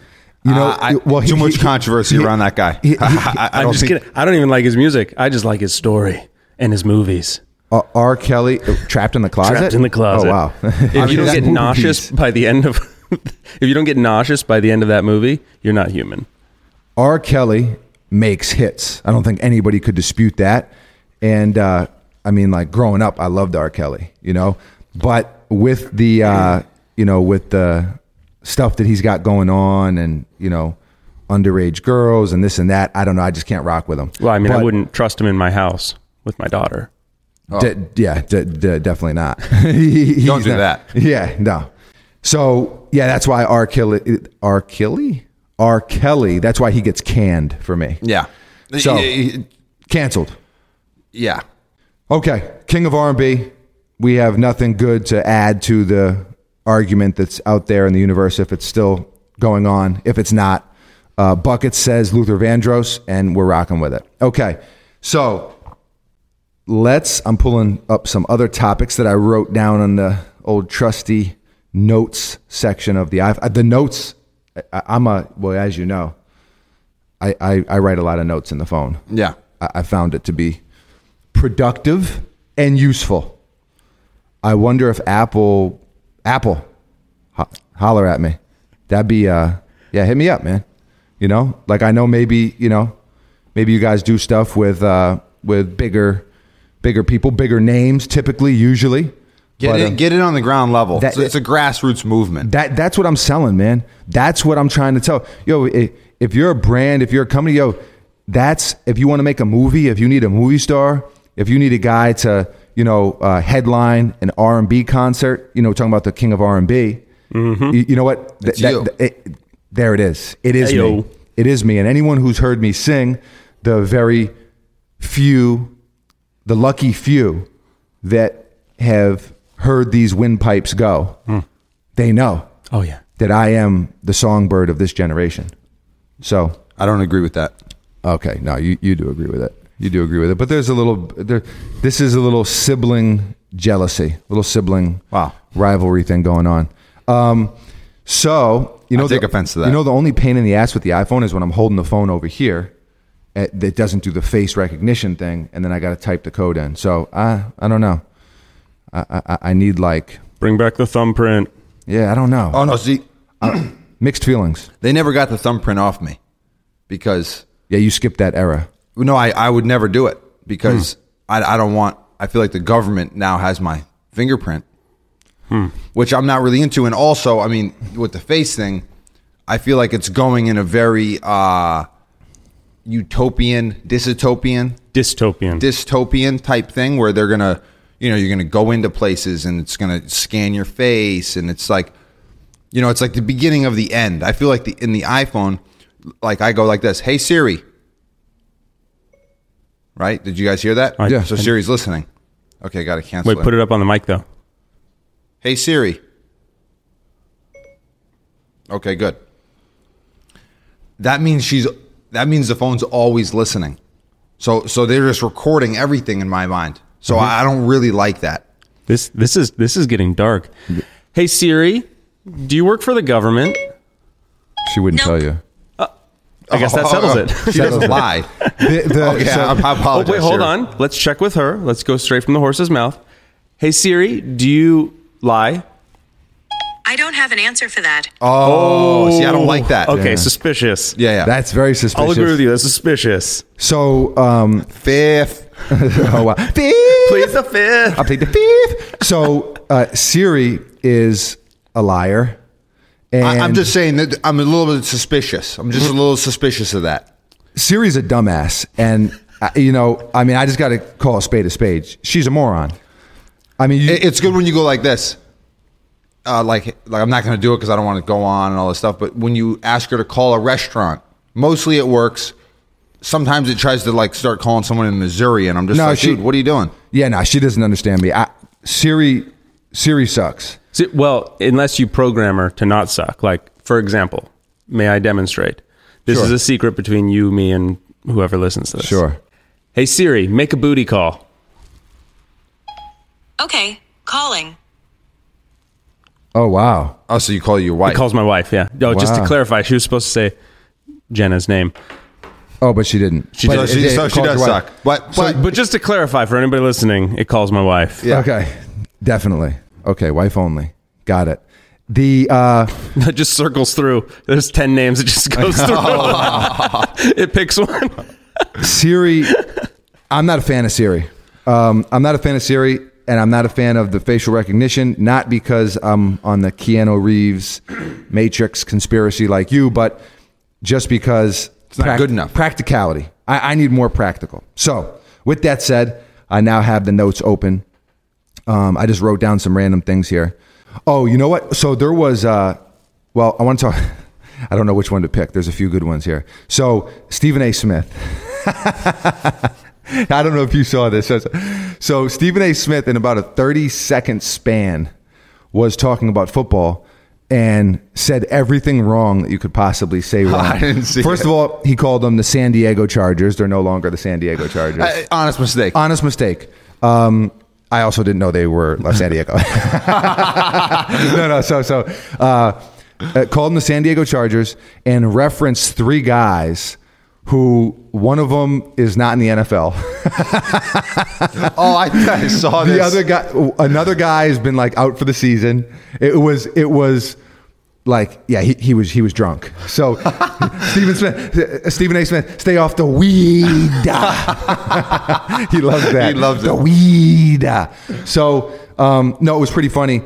[SPEAKER 2] You know,
[SPEAKER 3] Uh, I-
[SPEAKER 2] well, he-
[SPEAKER 3] too much
[SPEAKER 2] he-
[SPEAKER 3] controversy
[SPEAKER 2] he-
[SPEAKER 3] around that guy.
[SPEAKER 2] he- he-
[SPEAKER 3] I, I
[SPEAKER 4] I'm
[SPEAKER 3] don't
[SPEAKER 4] just
[SPEAKER 3] think
[SPEAKER 4] kidding. I don't even like his music. I just like his story and his movies.
[SPEAKER 2] Uh, R. Kelly uh, trapped in the closet.
[SPEAKER 4] Trapped in the closet.
[SPEAKER 2] Oh wow.
[SPEAKER 4] if
[SPEAKER 2] I mean,
[SPEAKER 4] you don't
[SPEAKER 2] that
[SPEAKER 4] get
[SPEAKER 2] movie
[SPEAKER 4] nauseous
[SPEAKER 2] piece.
[SPEAKER 4] by the end of, if you don't get nauseous by the end of that movie, you're not human.
[SPEAKER 2] R. Kelly makes hits. I don't think anybody could dispute that. And uh, I mean, like growing up, I loved R. Kelly, you know. But with the, uh, you know, with the stuff that he's got going on, and you know, underage girls and this and that, I don't know. I just can't rock with him.
[SPEAKER 4] Well, I mean, I
[SPEAKER 2] But-
[SPEAKER 4] wouldn't trust him in my house with my daughter.
[SPEAKER 2] De- yeah, de- de- definitely not. He-
[SPEAKER 3] Don't
[SPEAKER 2] he's
[SPEAKER 3] do
[SPEAKER 2] not-
[SPEAKER 3] that.
[SPEAKER 2] Yeah, no. So yeah, that's why R. Kelly, R. Kelly, R. Kelly. That's why he gets canned for me.
[SPEAKER 3] yeah.
[SPEAKER 2] So-
[SPEAKER 3] Y- y-
[SPEAKER 2] canceled.
[SPEAKER 3] yeah.
[SPEAKER 2] Okay, King of R&B. We have nothing good to add to the argument that's out there in the universe if it's still going on. If it's not, uh, Bucket says Luther Vandross, and we're rocking with it. Okay, so let's. I'm pulling up some other topics that I wrote down on the old trusty notes section of the i the notes. I, I'm a well, as you know, I, I I write a lot of notes in the phone.
[SPEAKER 3] Yeah.
[SPEAKER 2] I, I found it to be productive and useful. I wonder if Apple, Apple, ho- holler at me. That'd be, uh, yeah, hit me up, man. You know, like I know maybe you know, maybe you guys do stuff with uh, with bigger, bigger people, bigger names, typically, usually.
[SPEAKER 3] Get
[SPEAKER 2] But,
[SPEAKER 3] it
[SPEAKER 2] um,
[SPEAKER 3] get it on the ground level.
[SPEAKER 2] that-
[SPEAKER 3] it's, it's a grassroots movement.
[SPEAKER 2] that that's what I'm selling, man. That's what I'm trying to tell. Yo, i- if you're a brand, if you're a company, yo, that's if you want to make a movie, if you need a movie star, if you need a guy to, you know, uh, headline an R and B concert, you know, talking about the king of R and B. You, you know what? Th-
[SPEAKER 3] Mm-hmm. It's you.
[SPEAKER 2] it- there it is. It is me.
[SPEAKER 4] Ayo.
[SPEAKER 2] It is me. And anyone who's heard me sing, the very few, the lucky few that have heard these windpipes go, they know
[SPEAKER 4] Oh yeah.
[SPEAKER 2] that I am the songbird of this generation. So,
[SPEAKER 3] I don't agree with that.
[SPEAKER 2] okay, no, you, you do agree with it. You do agree with it. But there's a little, there, this is a little sibling jealousy, little sibling
[SPEAKER 3] Wow.
[SPEAKER 2] rivalry thing going on. Um, so, you
[SPEAKER 3] I
[SPEAKER 2] know,
[SPEAKER 3] take offense to that.
[SPEAKER 2] You know, the only pain in the ass with the iPhone is when I'm holding the phone over here. eh, That doesn't do the face recognition thing, and then I got to type the code in. So I, I don't know. I, I, I- I need like,
[SPEAKER 4] Bring back the thumbprint.
[SPEAKER 2] yeah, I don't know.
[SPEAKER 3] Oh no, see
[SPEAKER 2] Mixed feelings.
[SPEAKER 3] they never got the thumbprint off me because
[SPEAKER 2] Yeah, you skipped that era.
[SPEAKER 3] no, I, I would never do it because I, I don't want I feel like the government now has my fingerprint. Which I'm not really into. And also, I mean, with the face thing, I feel like it's going in a very uh utopian, dystopian
[SPEAKER 4] Dystopian.
[SPEAKER 3] dystopian type thing where they're gonna you know you're gonna go into places and it's gonna scan your face and it's like you know it's like the beginning of the end i feel like the in the iphone like i go like this hey siri right did you guys hear that
[SPEAKER 4] I- Yeah.
[SPEAKER 3] so siri's listening okay gotta cancel
[SPEAKER 4] Wait, put it up on the mic though.
[SPEAKER 3] hey siri okay good that means she's that means the phone's always listening so so they're just recording everything in my mind so
[SPEAKER 4] Mm-hmm.
[SPEAKER 3] I, I don't really like that
[SPEAKER 4] This this is this is getting dark. Hey Siri, do you work for the government?
[SPEAKER 2] She wouldn't
[SPEAKER 5] Nope.
[SPEAKER 2] tell you.
[SPEAKER 4] I guess that settles it.
[SPEAKER 3] she doesn't lie
[SPEAKER 2] The, the,
[SPEAKER 3] okay
[SPEAKER 2] so-
[SPEAKER 3] I, I
[SPEAKER 4] Oh
[SPEAKER 3] apologize
[SPEAKER 4] wait, hold
[SPEAKER 3] Siri.
[SPEAKER 4] on. Let's check with her. Let's go straight from the horse's mouth. Hey Siri, do you lie?
[SPEAKER 5] I don't have an answer for that.
[SPEAKER 3] oh see i don't like that
[SPEAKER 4] Okay, suspicious.
[SPEAKER 3] yeah yeah
[SPEAKER 2] that's very suspicious.
[SPEAKER 4] I'll agree with you. That's suspicious.
[SPEAKER 2] So, um,
[SPEAKER 3] fifth
[SPEAKER 2] oh, wow. fifth.
[SPEAKER 4] Please the fifth.
[SPEAKER 2] I'll take the fifth. So, uh, Siri is a liar, And
[SPEAKER 3] I, I'm just saying that I'm a little bit suspicious. I'm just a little suspicious of that.
[SPEAKER 2] Siri's a dumbass, and uh, you know, I mean, I just got to call a spade a spade. She's a moron. I mean, you,
[SPEAKER 3] It- it's good when you go like this. Uh, like, like I'm not going to do it because I don't want to go on and all this stuff. But when you ask her to call a restaurant, mostly it works. Sometimes it tries to like start calling someone in Missouri, and I'm just
[SPEAKER 2] No,
[SPEAKER 3] like,
[SPEAKER 2] she-
[SPEAKER 3] dude, what are you doing?
[SPEAKER 2] yeah, no, she doesn't understand me. I, Siri, Siri sucks.
[SPEAKER 4] See, well, unless you program her to not suck. Like, for example, may I demonstrate? This is a secret between you, me, and whoever listens to this.
[SPEAKER 2] Sure.
[SPEAKER 4] Hey Siri, make a booty call.
[SPEAKER 5] Okay, calling.
[SPEAKER 2] Oh wow.
[SPEAKER 3] Oh, so you call your wife?
[SPEAKER 4] It calls my wife. Yeah. No, just to
[SPEAKER 2] Wow.
[SPEAKER 4] clarify, she was supposed to say Jenna's name.
[SPEAKER 2] Oh, but she didn't. She
[SPEAKER 3] so she, so she does suck. But, but
[SPEAKER 4] But just to clarify for anybody listening, it calls my wife.
[SPEAKER 3] Yeah.
[SPEAKER 2] Okay, definitely. Okay, wife only. Got it. The uh,
[SPEAKER 4] It just circles through. There's ten names. It just goes through. it picks one.
[SPEAKER 2] Siri, I'm not a fan of Siri. Um, I'm not a fan of Siri, and I'm not a fan of the facial recognition. Not because I'm on the Keanu Reeves Matrix conspiracy like you, but just because it's
[SPEAKER 3] not good enough.
[SPEAKER 2] Practicality. I, I need more practical. So, with that said, I now have the notes open. Um, I just wrote down some random things here. Oh, you know what? So there was. Uh, well, I want to talk. I don't know which one to pick. There's a few good ones here. So Stephen A. Smith. I don't know if you saw this. So- So Stephen A. Smith, in about a 30 second span, was talking about football and said everything wrong that you could possibly say wrong.
[SPEAKER 3] I didn't see
[SPEAKER 2] First
[SPEAKER 3] it.
[SPEAKER 2] of all, he called them the San Diego Chargers. They're no longer the San Diego Chargers.
[SPEAKER 3] uh, honest mistake.
[SPEAKER 2] Honest mistake. Um, I also didn't know they were Los San Diego. no, no. So, so uh, uh, called them the San Diego Chargers and referenced three guys who one of them is not in the NFL.
[SPEAKER 3] oh, I, I saw this.
[SPEAKER 2] the other guy another guy has been like out for the season it was it was like yeah he, he was he was drunk so stephen smith uh, stephen a smith stay off the weed he loves that
[SPEAKER 3] He loves
[SPEAKER 2] the
[SPEAKER 3] it.
[SPEAKER 2] weed so um, no it was pretty funny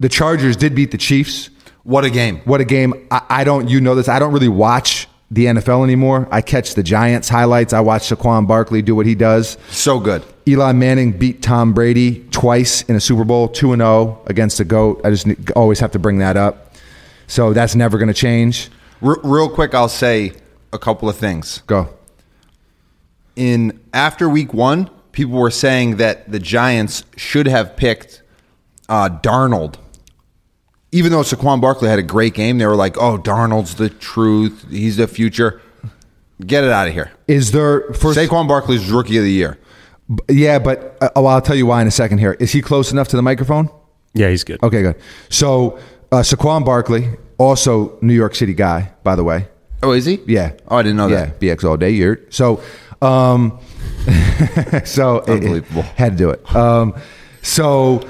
[SPEAKER 2] the chargers did beat the chiefs
[SPEAKER 3] what a game!
[SPEAKER 2] what a game I, I don't you know this i don't really watch the nfl anymore i catch the giants highlights i watch saquon barkley do what he does
[SPEAKER 3] So good.
[SPEAKER 2] Eli Manning beat Tom Brady twice in a Super Bowl, 2 and 0 against the GOAT. I just n- always have to bring that up. So that's never going to change.
[SPEAKER 3] R- real quick, I'll say a couple of things.
[SPEAKER 2] Go.
[SPEAKER 3] In after week one, people were saying that the Giants should have picked uh, Darnold. Even though Saquon Barkley had a great game, they were like, "Oh, Darnold's the truth. He's the future." Get it out of here.
[SPEAKER 2] Is there first
[SPEAKER 3] Saquon Barkley's rookie of the year.
[SPEAKER 2] Yeah, but uh, oh, I'll tell you why in a second here. Is he close enough to the microphone?
[SPEAKER 4] Yeah, he's good.
[SPEAKER 2] Okay, good. So, uh, Saquon Barkley, also New York City guy, by the way.
[SPEAKER 3] Oh, is he?
[SPEAKER 2] Yeah.
[SPEAKER 3] Oh, I didn't know
[SPEAKER 2] yeah,
[SPEAKER 3] that.
[SPEAKER 2] BX all day. You're so, um, so it- it
[SPEAKER 3] Unbelievable.
[SPEAKER 2] had to do it. Um, so,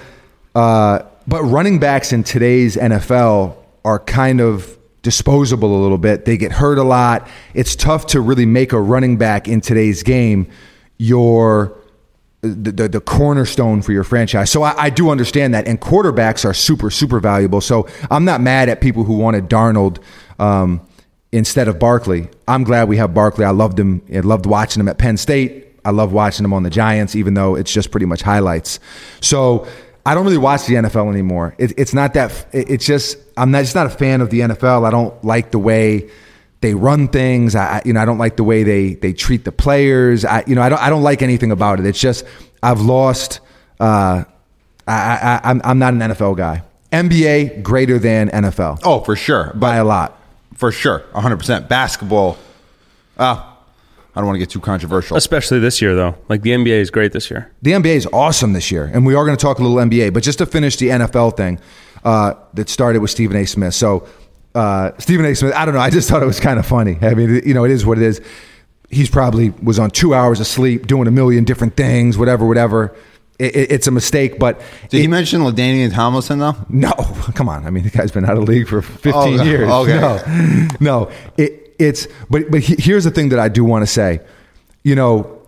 [SPEAKER 2] uh, but running backs in today's NFL are kind of disposable a little bit. They get hurt a lot. It's tough to really make a running back in today's game your the, the, the cornerstone for your franchise. So I, I do understand that. And quarterbacks are super, super valuable. So I'm not mad at people who wanted Darnold um, instead of Barkley. I'm glad we have Barkley. I loved him. I loved watching him at Penn State. I love watching him on the Giants, even though it's just pretty much highlights. So I don't really watch the NFL anymore. It, it's not that, it- it's just, I'm not, just not a fan of the NFL. I don't like the way they run things. I, I- you know, I don't like the way they they treat the players. I, you know, I don't I don't like anything about it. It's just I've lost. Uh, I, I, I- I'm I'm not an NFL guy. NBA greater than NFL
[SPEAKER 3] Oh, for sure.
[SPEAKER 2] by a lot.
[SPEAKER 3] For sure. 100%. Basketball. Ah, I don't want to get too controversial.
[SPEAKER 4] Especially this year, though. Like the NBA is great this year.
[SPEAKER 2] The NBA is awesome this year, and we are going to talk a little NBA. But just to finish the NFL thing uh, that started with Stephen A. Smith. So uh, Stephen A. Smith, I don't know. I just thought it was kind of funny. I mean, you know, it is what it is. He's probably was on two hours of sleep, doing a million different things, whatever, whatever. It, it, it's a mistake, but
[SPEAKER 3] Did he mention Ladanian Tomlinson, though?
[SPEAKER 2] no, come on. I mean, the guy's been out of the league for 15
[SPEAKER 3] Oh,
[SPEAKER 2] years.
[SPEAKER 3] okay.
[SPEAKER 2] No, no. It, it's but but he- here's the thing that I do want to say. You know,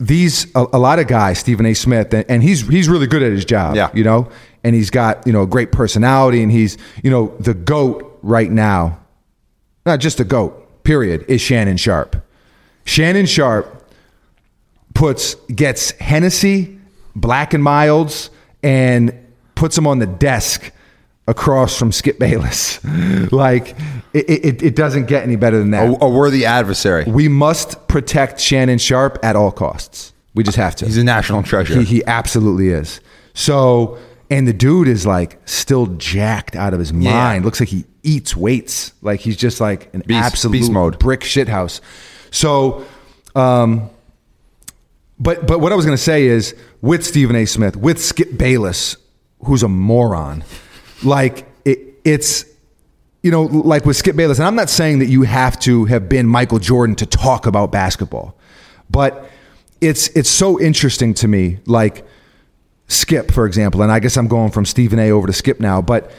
[SPEAKER 2] these a, a lot of guys, Stephen A. Smith, and, and he's he's really good at his job.
[SPEAKER 3] Yeah.
[SPEAKER 2] you know, and he's got you know a great personality, and he's you know the goat right now, not just a goat, period, is Shannon Sharp. Shannon Sharp puts gets Hennessy, Black and Milds, and puts them on the desk across from Skip Bayless. like it, it, it doesn't get any better than that.
[SPEAKER 3] A, a worthy adversary.
[SPEAKER 2] We must protect Shannon Sharp at all costs. We just have to.
[SPEAKER 3] He's a national treasure.
[SPEAKER 2] He, he absolutely is. So, and the dude is like still jacked out of his mind. Looks like he eats weights. Like he's just like an
[SPEAKER 3] Beast-
[SPEAKER 2] absolute
[SPEAKER 3] beast mode.
[SPEAKER 2] brick shit house. So, um, but but what I was gonna say is with Stephen A. Smith, with Skip Bayless, who's a moron, like it, it's you know, like with Skip Bayless, and I'm not saying that you have to have been Michael Jordan to talk about basketball, but it's it's so interesting to me, like Skip, for example, and I guess I'm going from Stephen A over to Skip now, but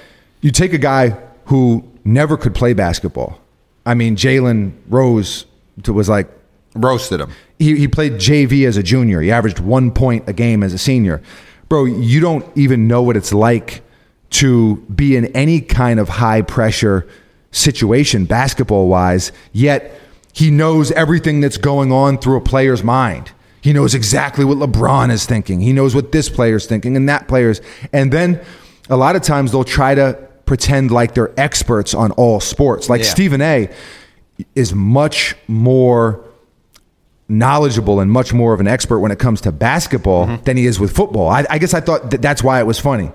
[SPEAKER 2] you take a guy who never could play basketball. I mean, Jalen Rose was like
[SPEAKER 3] Roasted him.
[SPEAKER 2] he, he played JV as a junior. He averaged one point a game as a senior. Bro, you don't even know what it's like to be in any kind of high pressure situation basketball wise, yet he knows everything that's going on through a player's mind. He knows exactly what LeBron is thinking. He knows what this player's thinking and that player's. And then a lot of times they'll try to pretend like they're experts on all sports. Like
[SPEAKER 3] Yeah.
[SPEAKER 2] Stephen A is much more knowledgeable and much more of an expert when it comes to basketball than he is with football. I, I guess I thought that that's why it was funny.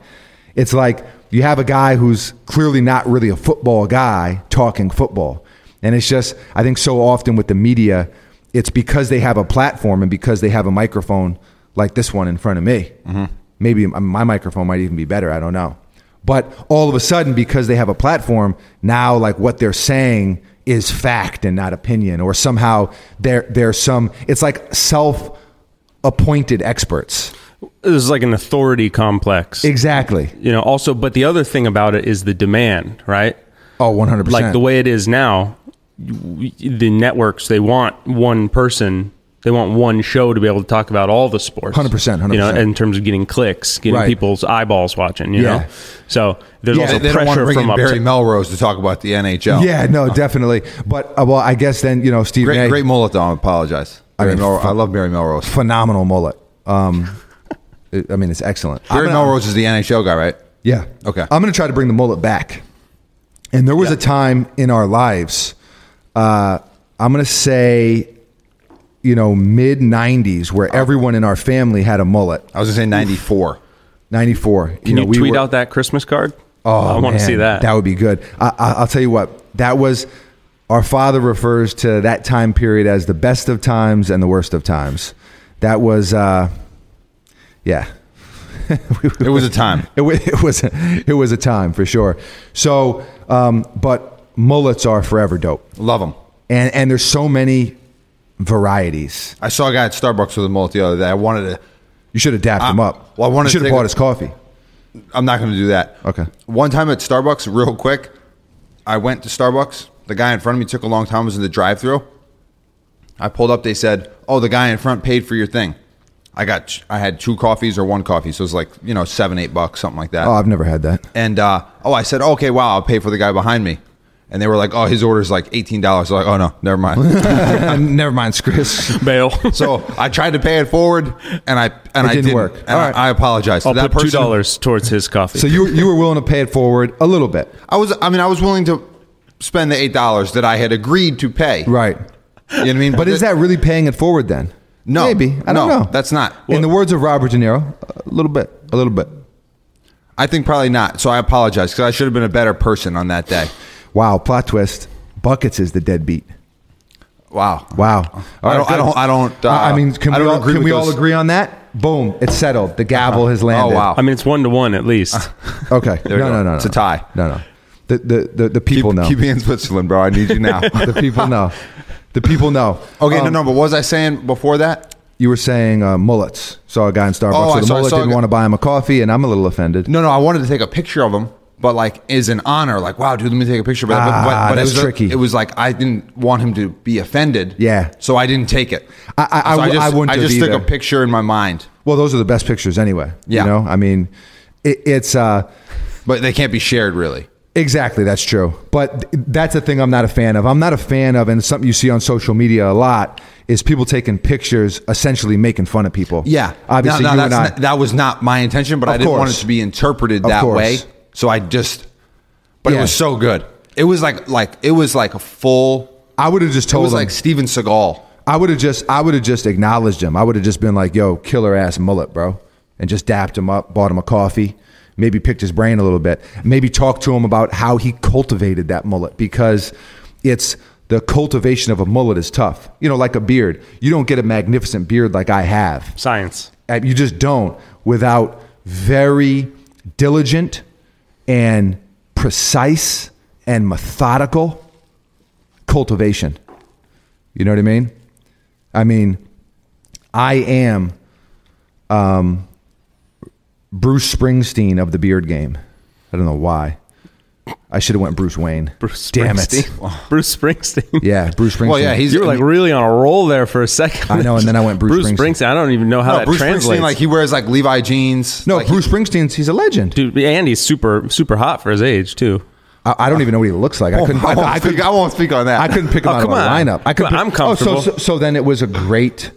[SPEAKER 2] It's like you have a guy who's clearly not really a football guy talking football. And it's just, I think so often with the media, it's because they have a platform and because they have a microphone like this one in front of me. Maybe my microphone might even be better. I don't know. But all of a sudden, because they have a platform now, like what they're saying is fact and not opinion, or somehow there there's some. It's like self appointed experts.
[SPEAKER 4] There's like an authority complex.
[SPEAKER 2] Exactly.
[SPEAKER 4] you know, also, but the other thing about it is the demand, right?
[SPEAKER 2] Oh, one hundred percent.
[SPEAKER 4] Like the way it is now, y- the networks, they want one person, they want one show to be able to talk about all the sports.
[SPEAKER 2] 100%,
[SPEAKER 4] You know,
[SPEAKER 2] 100%.
[SPEAKER 4] in terms of getting clicks, getting
[SPEAKER 2] Right. people's
[SPEAKER 4] people's eyeballs watching, you
[SPEAKER 2] Yeah. know?
[SPEAKER 4] know? So there's
[SPEAKER 2] Yeah,
[SPEAKER 4] also
[SPEAKER 3] They, they don't want to
[SPEAKER 4] pressure
[SPEAKER 3] bring
[SPEAKER 4] from
[SPEAKER 3] in
[SPEAKER 4] up
[SPEAKER 3] Barry
[SPEAKER 4] to-
[SPEAKER 3] Melrose to talk about the NHL.
[SPEAKER 2] Yeah. No. Definitely. But uh, well, I guess then you know Steve.
[SPEAKER 3] Great,
[SPEAKER 2] A,
[SPEAKER 3] great mullet, though. I apologize.
[SPEAKER 2] I
[SPEAKER 3] Barry
[SPEAKER 2] mean,
[SPEAKER 3] Melrose,
[SPEAKER 2] fuck.
[SPEAKER 3] I love Barry Melrose.
[SPEAKER 2] phenomenal mullet. Um, it- I mean, it's excellent.
[SPEAKER 3] Barry
[SPEAKER 2] I'm gonna-
[SPEAKER 3] Melrose is the NHL guy, right?
[SPEAKER 2] Yeah.
[SPEAKER 3] Okay.
[SPEAKER 2] I'm going to try to bring the mullet back. And there was a time in our lives, uh, I'm going to say, you know, mid 90s, where everyone in our family had a mullet.
[SPEAKER 3] I was going to say 94.
[SPEAKER 2] 94.
[SPEAKER 4] Can you,
[SPEAKER 2] know, we
[SPEAKER 4] tweet
[SPEAKER 2] were-
[SPEAKER 4] out that Christmas card?
[SPEAKER 2] Oh,
[SPEAKER 4] I want
[SPEAKER 2] man,
[SPEAKER 4] to see that.
[SPEAKER 2] That would be good. I, I, I'll tell you what. That was our father refers to that time period as the best of times and the worst of times. That was, uh, yeah,
[SPEAKER 3] It was a time.
[SPEAKER 2] it, wa- it was it was a time for sure. So, um, but mullets are forever dope,
[SPEAKER 3] Love him.
[SPEAKER 2] and and there's so many varieties.
[SPEAKER 3] I saw a guy at Starbucks with a mullet the other day. I wanted to.
[SPEAKER 2] You should have dapped
[SPEAKER 3] I-
[SPEAKER 2] them up.
[SPEAKER 3] Ah, well, I wanted
[SPEAKER 2] you should
[SPEAKER 3] to
[SPEAKER 2] have
[SPEAKER 3] take
[SPEAKER 2] bought
[SPEAKER 3] a-
[SPEAKER 2] his coffee.
[SPEAKER 3] I'm not going to do that.
[SPEAKER 2] Okay.
[SPEAKER 3] One time at Starbucks, real quick, I went to Starbucks. The guy in front of me took a long time. Was in the drive-through. I pulled up. They said, "Oh, the guy in front paid for your thing." I got. I had two coffees or one coffee, so it was like you know seven, eight bucks, something like that.
[SPEAKER 2] Oh, I've never had that.
[SPEAKER 3] and uh, oh, I said, "Okay, wow, I'll pay for the guy behind me." And they were like, "Oh, his order's like eighteen dollars." Like, oh no, never mind.
[SPEAKER 2] never mind, Chris.
[SPEAKER 4] Bail.
[SPEAKER 3] so I tried to pay it forward, and I and
[SPEAKER 2] It
[SPEAKER 3] I
[SPEAKER 2] didn't
[SPEAKER 3] didn't.
[SPEAKER 2] work.
[SPEAKER 3] And
[SPEAKER 2] All
[SPEAKER 3] I,
[SPEAKER 2] right.
[SPEAKER 3] I apologize.
[SPEAKER 4] I'll
[SPEAKER 3] to that
[SPEAKER 4] put two
[SPEAKER 3] person.
[SPEAKER 4] dollars towards his coffee.
[SPEAKER 2] So you you were willing to pay it forward a little bit,
[SPEAKER 3] I was. I mean, I was willing to spend the eight dollars that I had agreed to pay.
[SPEAKER 2] right?
[SPEAKER 3] You know what I mean?
[SPEAKER 2] But is that really paying it forward then?
[SPEAKER 3] No.
[SPEAKER 2] maybe I don't
[SPEAKER 3] No,
[SPEAKER 2] know.
[SPEAKER 3] that's not.
[SPEAKER 2] In the words of Robert De Niro, a little bit, a little bit.
[SPEAKER 3] I think probably not. So I apologize because I should have been a better person on that day.
[SPEAKER 2] Wow, plot twist. Buckets is the deadbeat.
[SPEAKER 3] Wow.
[SPEAKER 2] Wow. All
[SPEAKER 3] I don't- I
[SPEAKER 2] good.
[SPEAKER 3] don't- I don't, uh,
[SPEAKER 2] I mean, can
[SPEAKER 3] I
[SPEAKER 2] we,
[SPEAKER 3] don't
[SPEAKER 2] all,
[SPEAKER 3] agree
[SPEAKER 2] can
[SPEAKER 3] with
[SPEAKER 2] we all
[SPEAKER 3] those-
[SPEAKER 2] agree on that? Boom. It's settled. The gavel has landed.
[SPEAKER 3] Oh, wow.
[SPEAKER 4] I mean, it's one to one at least.
[SPEAKER 2] Okay. no,
[SPEAKER 3] we
[SPEAKER 2] no, no,
[SPEAKER 3] go.
[SPEAKER 2] no.
[SPEAKER 3] It's a tie.
[SPEAKER 2] No, no. The, the, the, the people
[SPEAKER 3] keep,
[SPEAKER 2] know.
[SPEAKER 3] keep me in Switzerland, bro. I need you now.
[SPEAKER 2] the people know. The people know.
[SPEAKER 3] okay.
[SPEAKER 2] Um,
[SPEAKER 3] no, no. But what was I saying before that?
[SPEAKER 2] You were saying uh, mullets. Saw a guy in Starbucks
[SPEAKER 3] Oh, I
[SPEAKER 2] with a
[SPEAKER 3] saw- I
[SPEAKER 2] mullet,
[SPEAKER 3] saw a
[SPEAKER 2] didn't
[SPEAKER 3] guy-
[SPEAKER 2] want to buy him a coffee, and I'm a little offended.
[SPEAKER 3] No, no. I wanted to take a picture of him, but like, is an honor. Like, wow, dude, let me take a picture. But, but-
[SPEAKER 2] Ah,
[SPEAKER 3] but, but
[SPEAKER 2] that's
[SPEAKER 3] it was
[SPEAKER 2] tricky.
[SPEAKER 3] it was like I didn't want him to be offended.
[SPEAKER 2] Yeah.
[SPEAKER 3] So I didn't take it.
[SPEAKER 2] I- I- I
[SPEAKER 3] So
[SPEAKER 2] w-
[SPEAKER 3] just,
[SPEAKER 2] I wouldn't
[SPEAKER 3] I
[SPEAKER 2] have
[SPEAKER 3] just took a
[SPEAKER 2] either.
[SPEAKER 3] picture in my mind,
[SPEAKER 2] Well, those are the best pictures anyway.
[SPEAKER 3] Yeah.
[SPEAKER 2] You know, I mean, it, it's. Uh,
[SPEAKER 3] but they can't be shared really.
[SPEAKER 2] Exactly, that's true. But th- that's the thing I'm not a fan of. I'm not a fan of, and it's something you see on social media a lot is people taking pictures, essentially making fun of people.
[SPEAKER 3] Yeah,
[SPEAKER 2] obviously
[SPEAKER 3] No, no,
[SPEAKER 2] you
[SPEAKER 3] that's
[SPEAKER 2] and I.
[SPEAKER 3] not- that was not my intention, but I
[SPEAKER 2] Of
[SPEAKER 3] didn't want it
[SPEAKER 2] course.
[SPEAKER 3] to be interpreted
[SPEAKER 2] Of
[SPEAKER 3] that
[SPEAKER 2] course.
[SPEAKER 3] way. So I just, but
[SPEAKER 2] Yeah.
[SPEAKER 3] it was so good. It was like like it was like a full.
[SPEAKER 2] I would have just
[SPEAKER 3] It
[SPEAKER 2] told
[SPEAKER 3] was
[SPEAKER 2] them.
[SPEAKER 3] like Steven Seagal.
[SPEAKER 2] I would have just I would have just acknowledged him. I would have just been like, "Yo, killer ass mullet, bro," and just dapped him up, bought him a coffee, maybe picked his brain a little bit, maybe talked to him about how he cultivated that mullet because it's the cultivation of a mullet is tough. You know, like a beard, you don't get a magnificent beard like I have.
[SPEAKER 4] Science.
[SPEAKER 2] Uh, You just don't without very diligent and precise and methodical cultivation. You know what I mean? I mean, I am um, Bruce Springsteen of the beard game. I don't know why. I should have went Bruce Wayne.
[SPEAKER 4] Bruce
[SPEAKER 2] Damn it.
[SPEAKER 4] Springsteen. Bruce Springsteen.
[SPEAKER 2] Yeah, Bruce Springsteen.
[SPEAKER 3] Well, yeah, he's
[SPEAKER 4] You were like really on a roll there for a second.
[SPEAKER 2] I know, and then I went Bruce Springsteen.
[SPEAKER 4] Springsteen. I don't even know how
[SPEAKER 3] no,
[SPEAKER 4] that
[SPEAKER 3] Bruce
[SPEAKER 4] translates.
[SPEAKER 3] Springsteen. Like he wears like Levi jeans.
[SPEAKER 2] no,
[SPEAKER 3] like,
[SPEAKER 2] Bruce Springsteen's he's a legend.
[SPEAKER 4] Dude, Andy's super super hot for his age too.
[SPEAKER 2] I, I don't even know what he looks like. I
[SPEAKER 3] I,
[SPEAKER 2] couldn't. I,
[SPEAKER 3] won't
[SPEAKER 2] I
[SPEAKER 3] speak,
[SPEAKER 2] couldn't
[SPEAKER 3] Oh, I won't speak on that.
[SPEAKER 2] I couldn't pick him
[SPEAKER 4] Oh,
[SPEAKER 2] out
[SPEAKER 4] come
[SPEAKER 2] of a
[SPEAKER 4] on.
[SPEAKER 2] lineup. I could.
[SPEAKER 4] Come on, I'm
[SPEAKER 2] Oh,
[SPEAKER 4] comfortable.
[SPEAKER 2] so, so, so then it was a great.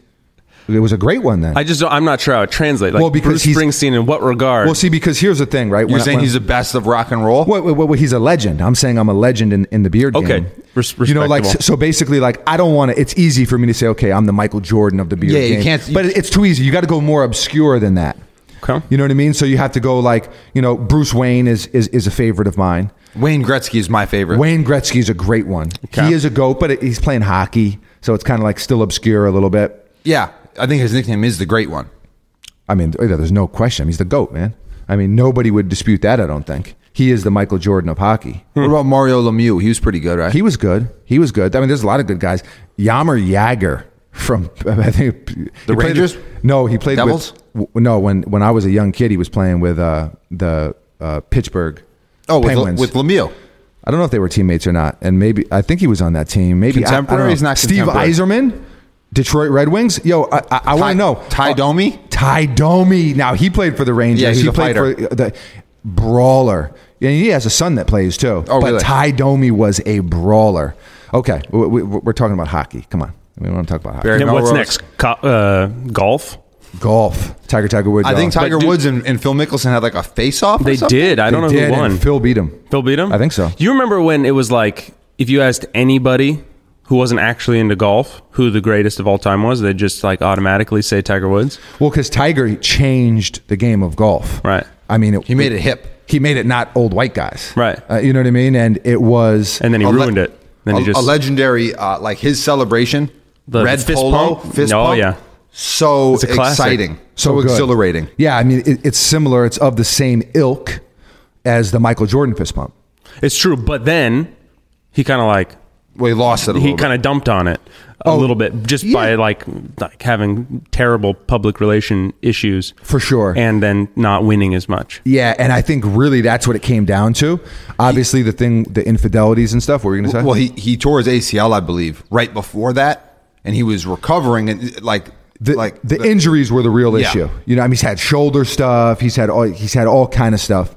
[SPEAKER 2] It was a great one then.
[SPEAKER 4] I just don't, I'm not sure how it translates. Like
[SPEAKER 2] Well, because
[SPEAKER 4] Bruce
[SPEAKER 2] he's-
[SPEAKER 4] Springsteen in what regard?
[SPEAKER 2] well, see, because here's the thing, right?
[SPEAKER 3] You're
[SPEAKER 2] When I-
[SPEAKER 3] saying
[SPEAKER 2] when-
[SPEAKER 3] he's the best of rock and roll.
[SPEAKER 2] Well, well, well, well, he's a legend. I'm saying I'm a legend in, in the beard
[SPEAKER 4] Okay.
[SPEAKER 2] game.
[SPEAKER 4] Res-
[SPEAKER 2] you know, like so
[SPEAKER 4] respectable.
[SPEAKER 2] so basically, like I don't want to. It's easy for me to say, okay, I'm the Michael Jordan of the beard
[SPEAKER 3] Yeah,
[SPEAKER 2] game.
[SPEAKER 3] you can't- you-
[SPEAKER 2] but it- it's too easy. You got to go more obscure than that.
[SPEAKER 4] Okay.
[SPEAKER 2] You know what I mean? So you have to go like, you know, Bruce Wayne is is, is a favorite of mine.
[SPEAKER 3] Wayne Gretzky is my favorite.
[SPEAKER 2] Wayne Gretzky is a great one.
[SPEAKER 4] Okay.
[SPEAKER 2] He is a goat, but he's playing hockey, so it's kind of like still obscure a little bit.
[SPEAKER 3] Yeah, I think his nickname is the Great One.
[SPEAKER 2] I mean, th- there's no question. He's the GOAT, man. I mean, nobody would dispute that, I don't think. He is the Michael Jordan of hockey.
[SPEAKER 3] What about Mario Lemieux? He was pretty good, right?
[SPEAKER 2] He was good. He was good. I mean, there's a lot of good guys. Yammer Yager from, I think, he played-
[SPEAKER 3] Rangers?
[SPEAKER 2] no, he played
[SPEAKER 3] Devils?
[SPEAKER 2] with. w- No, when, when I was a young kid, he was playing with uh, the uh, Pittsburgh
[SPEAKER 3] oh, with,
[SPEAKER 2] Penguins.
[SPEAKER 3] with Lemieux.
[SPEAKER 2] I don't know if they were teammates or not, and maybe I think he was on that team. Maybe I- I don't
[SPEAKER 3] Contemporary?
[SPEAKER 2] know.
[SPEAKER 3] He's not
[SPEAKER 2] Steve
[SPEAKER 3] contemporary.
[SPEAKER 2] Eiserman, Detroit Red Wings. Yo, I, I, I want to know Oh,
[SPEAKER 3] Ty Domi?
[SPEAKER 2] Ty Domi. Now he played for the Rangers.
[SPEAKER 3] Yeah, he's
[SPEAKER 2] he
[SPEAKER 3] a
[SPEAKER 2] played
[SPEAKER 3] fighter.
[SPEAKER 2] for the brawler, and he has a son that plays too.
[SPEAKER 3] Oh,
[SPEAKER 2] but
[SPEAKER 3] really?
[SPEAKER 2] Ty Domi was a brawler. Okay, we, we, we're talking about hockey. Come on, we want to talk about hockey.
[SPEAKER 3] Barry
[SPEAKER 4] And what's
[SPEAKER 3] Melrose.
[SPEAKER 4] next? Co- uh, golf.
[SPEAKER 2] Golf. Tiger Tiger Woods.
[SPEAKER 3] I think
[SPEAKER 2] golf.
[SPEAKER 3] Tiger
[SPEAKER 4] dude-
[SPEAKER 3] Woods and, and Phil Mickelson had like a face-off. or
[SPEAKER 4] They
[SPEAKER 3] something?
[SPEAKER 4] did. I don't know
[SPEAKER 2] They did,
[SPEAKER 4] who
[SPEAKER 2] and
[SPEAKER 4] won.
[SPEAKER 2] Phil beat him.
[SPEAKER 4] Phil beat him.
[SPEAKER 2] I think so.
[SPEAKER 4] You remember when it was like if you asked anybody who wasn't actually into golf who the greatest of all time was, they'd just like automatically say Tiger Woods.
[SPEAKER 2] Well, because Tiger changed the game of golf.
[SPEAKER 4] Right.
[SPEAKER 2] I mean, it,
[SPEAKER 3] He made it hip.
[SPEAKER 2] He made it not old white guys.
[SPEAKER 4] Right.
[SPEAKER 2] Uh, you know what I mean? And it was.
[SPEAKER 4] And then he
[SPEAKER 3] A le-
[SPEAKER 4] ruined it. Then
[SPEAKER 3] a,
[SPEAKER 4] he just
[SPEAKER 3] a legendary uh, like his celebration,
[SPEAKER 4] The
[SPEAKER 3] red
[SPEAKER 4] fist
[SPEAKER 3] polo,
[SPEAKER 4] pump?
[SPEAKER 3] fist
[SPEAKER 4] Oh,
[SPEAKER 3] pump.
[SPEAKER 4] yeah.
[SPEAKER 3] so
[SPEAKER 4] It's a classic.
[SPEAKER 3] exciting, so,
[SPEAKER 2] Oh, good.
[SPEAKER 3] exhilarating.
[SPEAKER 2] Yeah, I mean, it, it's similar. It's of the same ilk as the Michael Jordan fist pump.
[SPEAKER 4] It's true, but then he kind of like
[SPEAKER 3] Well, he lost it. A
[SPEAKER 4] he
[SPEAKER 3] little Oh,
[SPEAKER 4] kind of dumped on it a little bit just by
[SPEAKER 2] yeah.
[SPEAKER 4] like like having terrible public relation issues
[SPEAKER 2] For sure.
[SPEAKER 4] and then not winning as much.
[SPEAKER 2] Yeah, and I think really that's what it came down to. Obviously, the thing, the infidelities and stuff. What were you going to
[SPEAKER 3] bit.
[SPEAKER 2] say?
[SPEAKER 3] Well, he he tore his ACL, I believe, right before that, and he was recovering and like
[SPEAKER 2] the,
[SPEAKER 3] like
[SPEAKER 2] the, injuries were the real
[SPEAKER 3] Yeah.
[SPEAKER 2] issue. You know, I mean, he's had shoulder stuff. He's had all he's had all kind of stuff,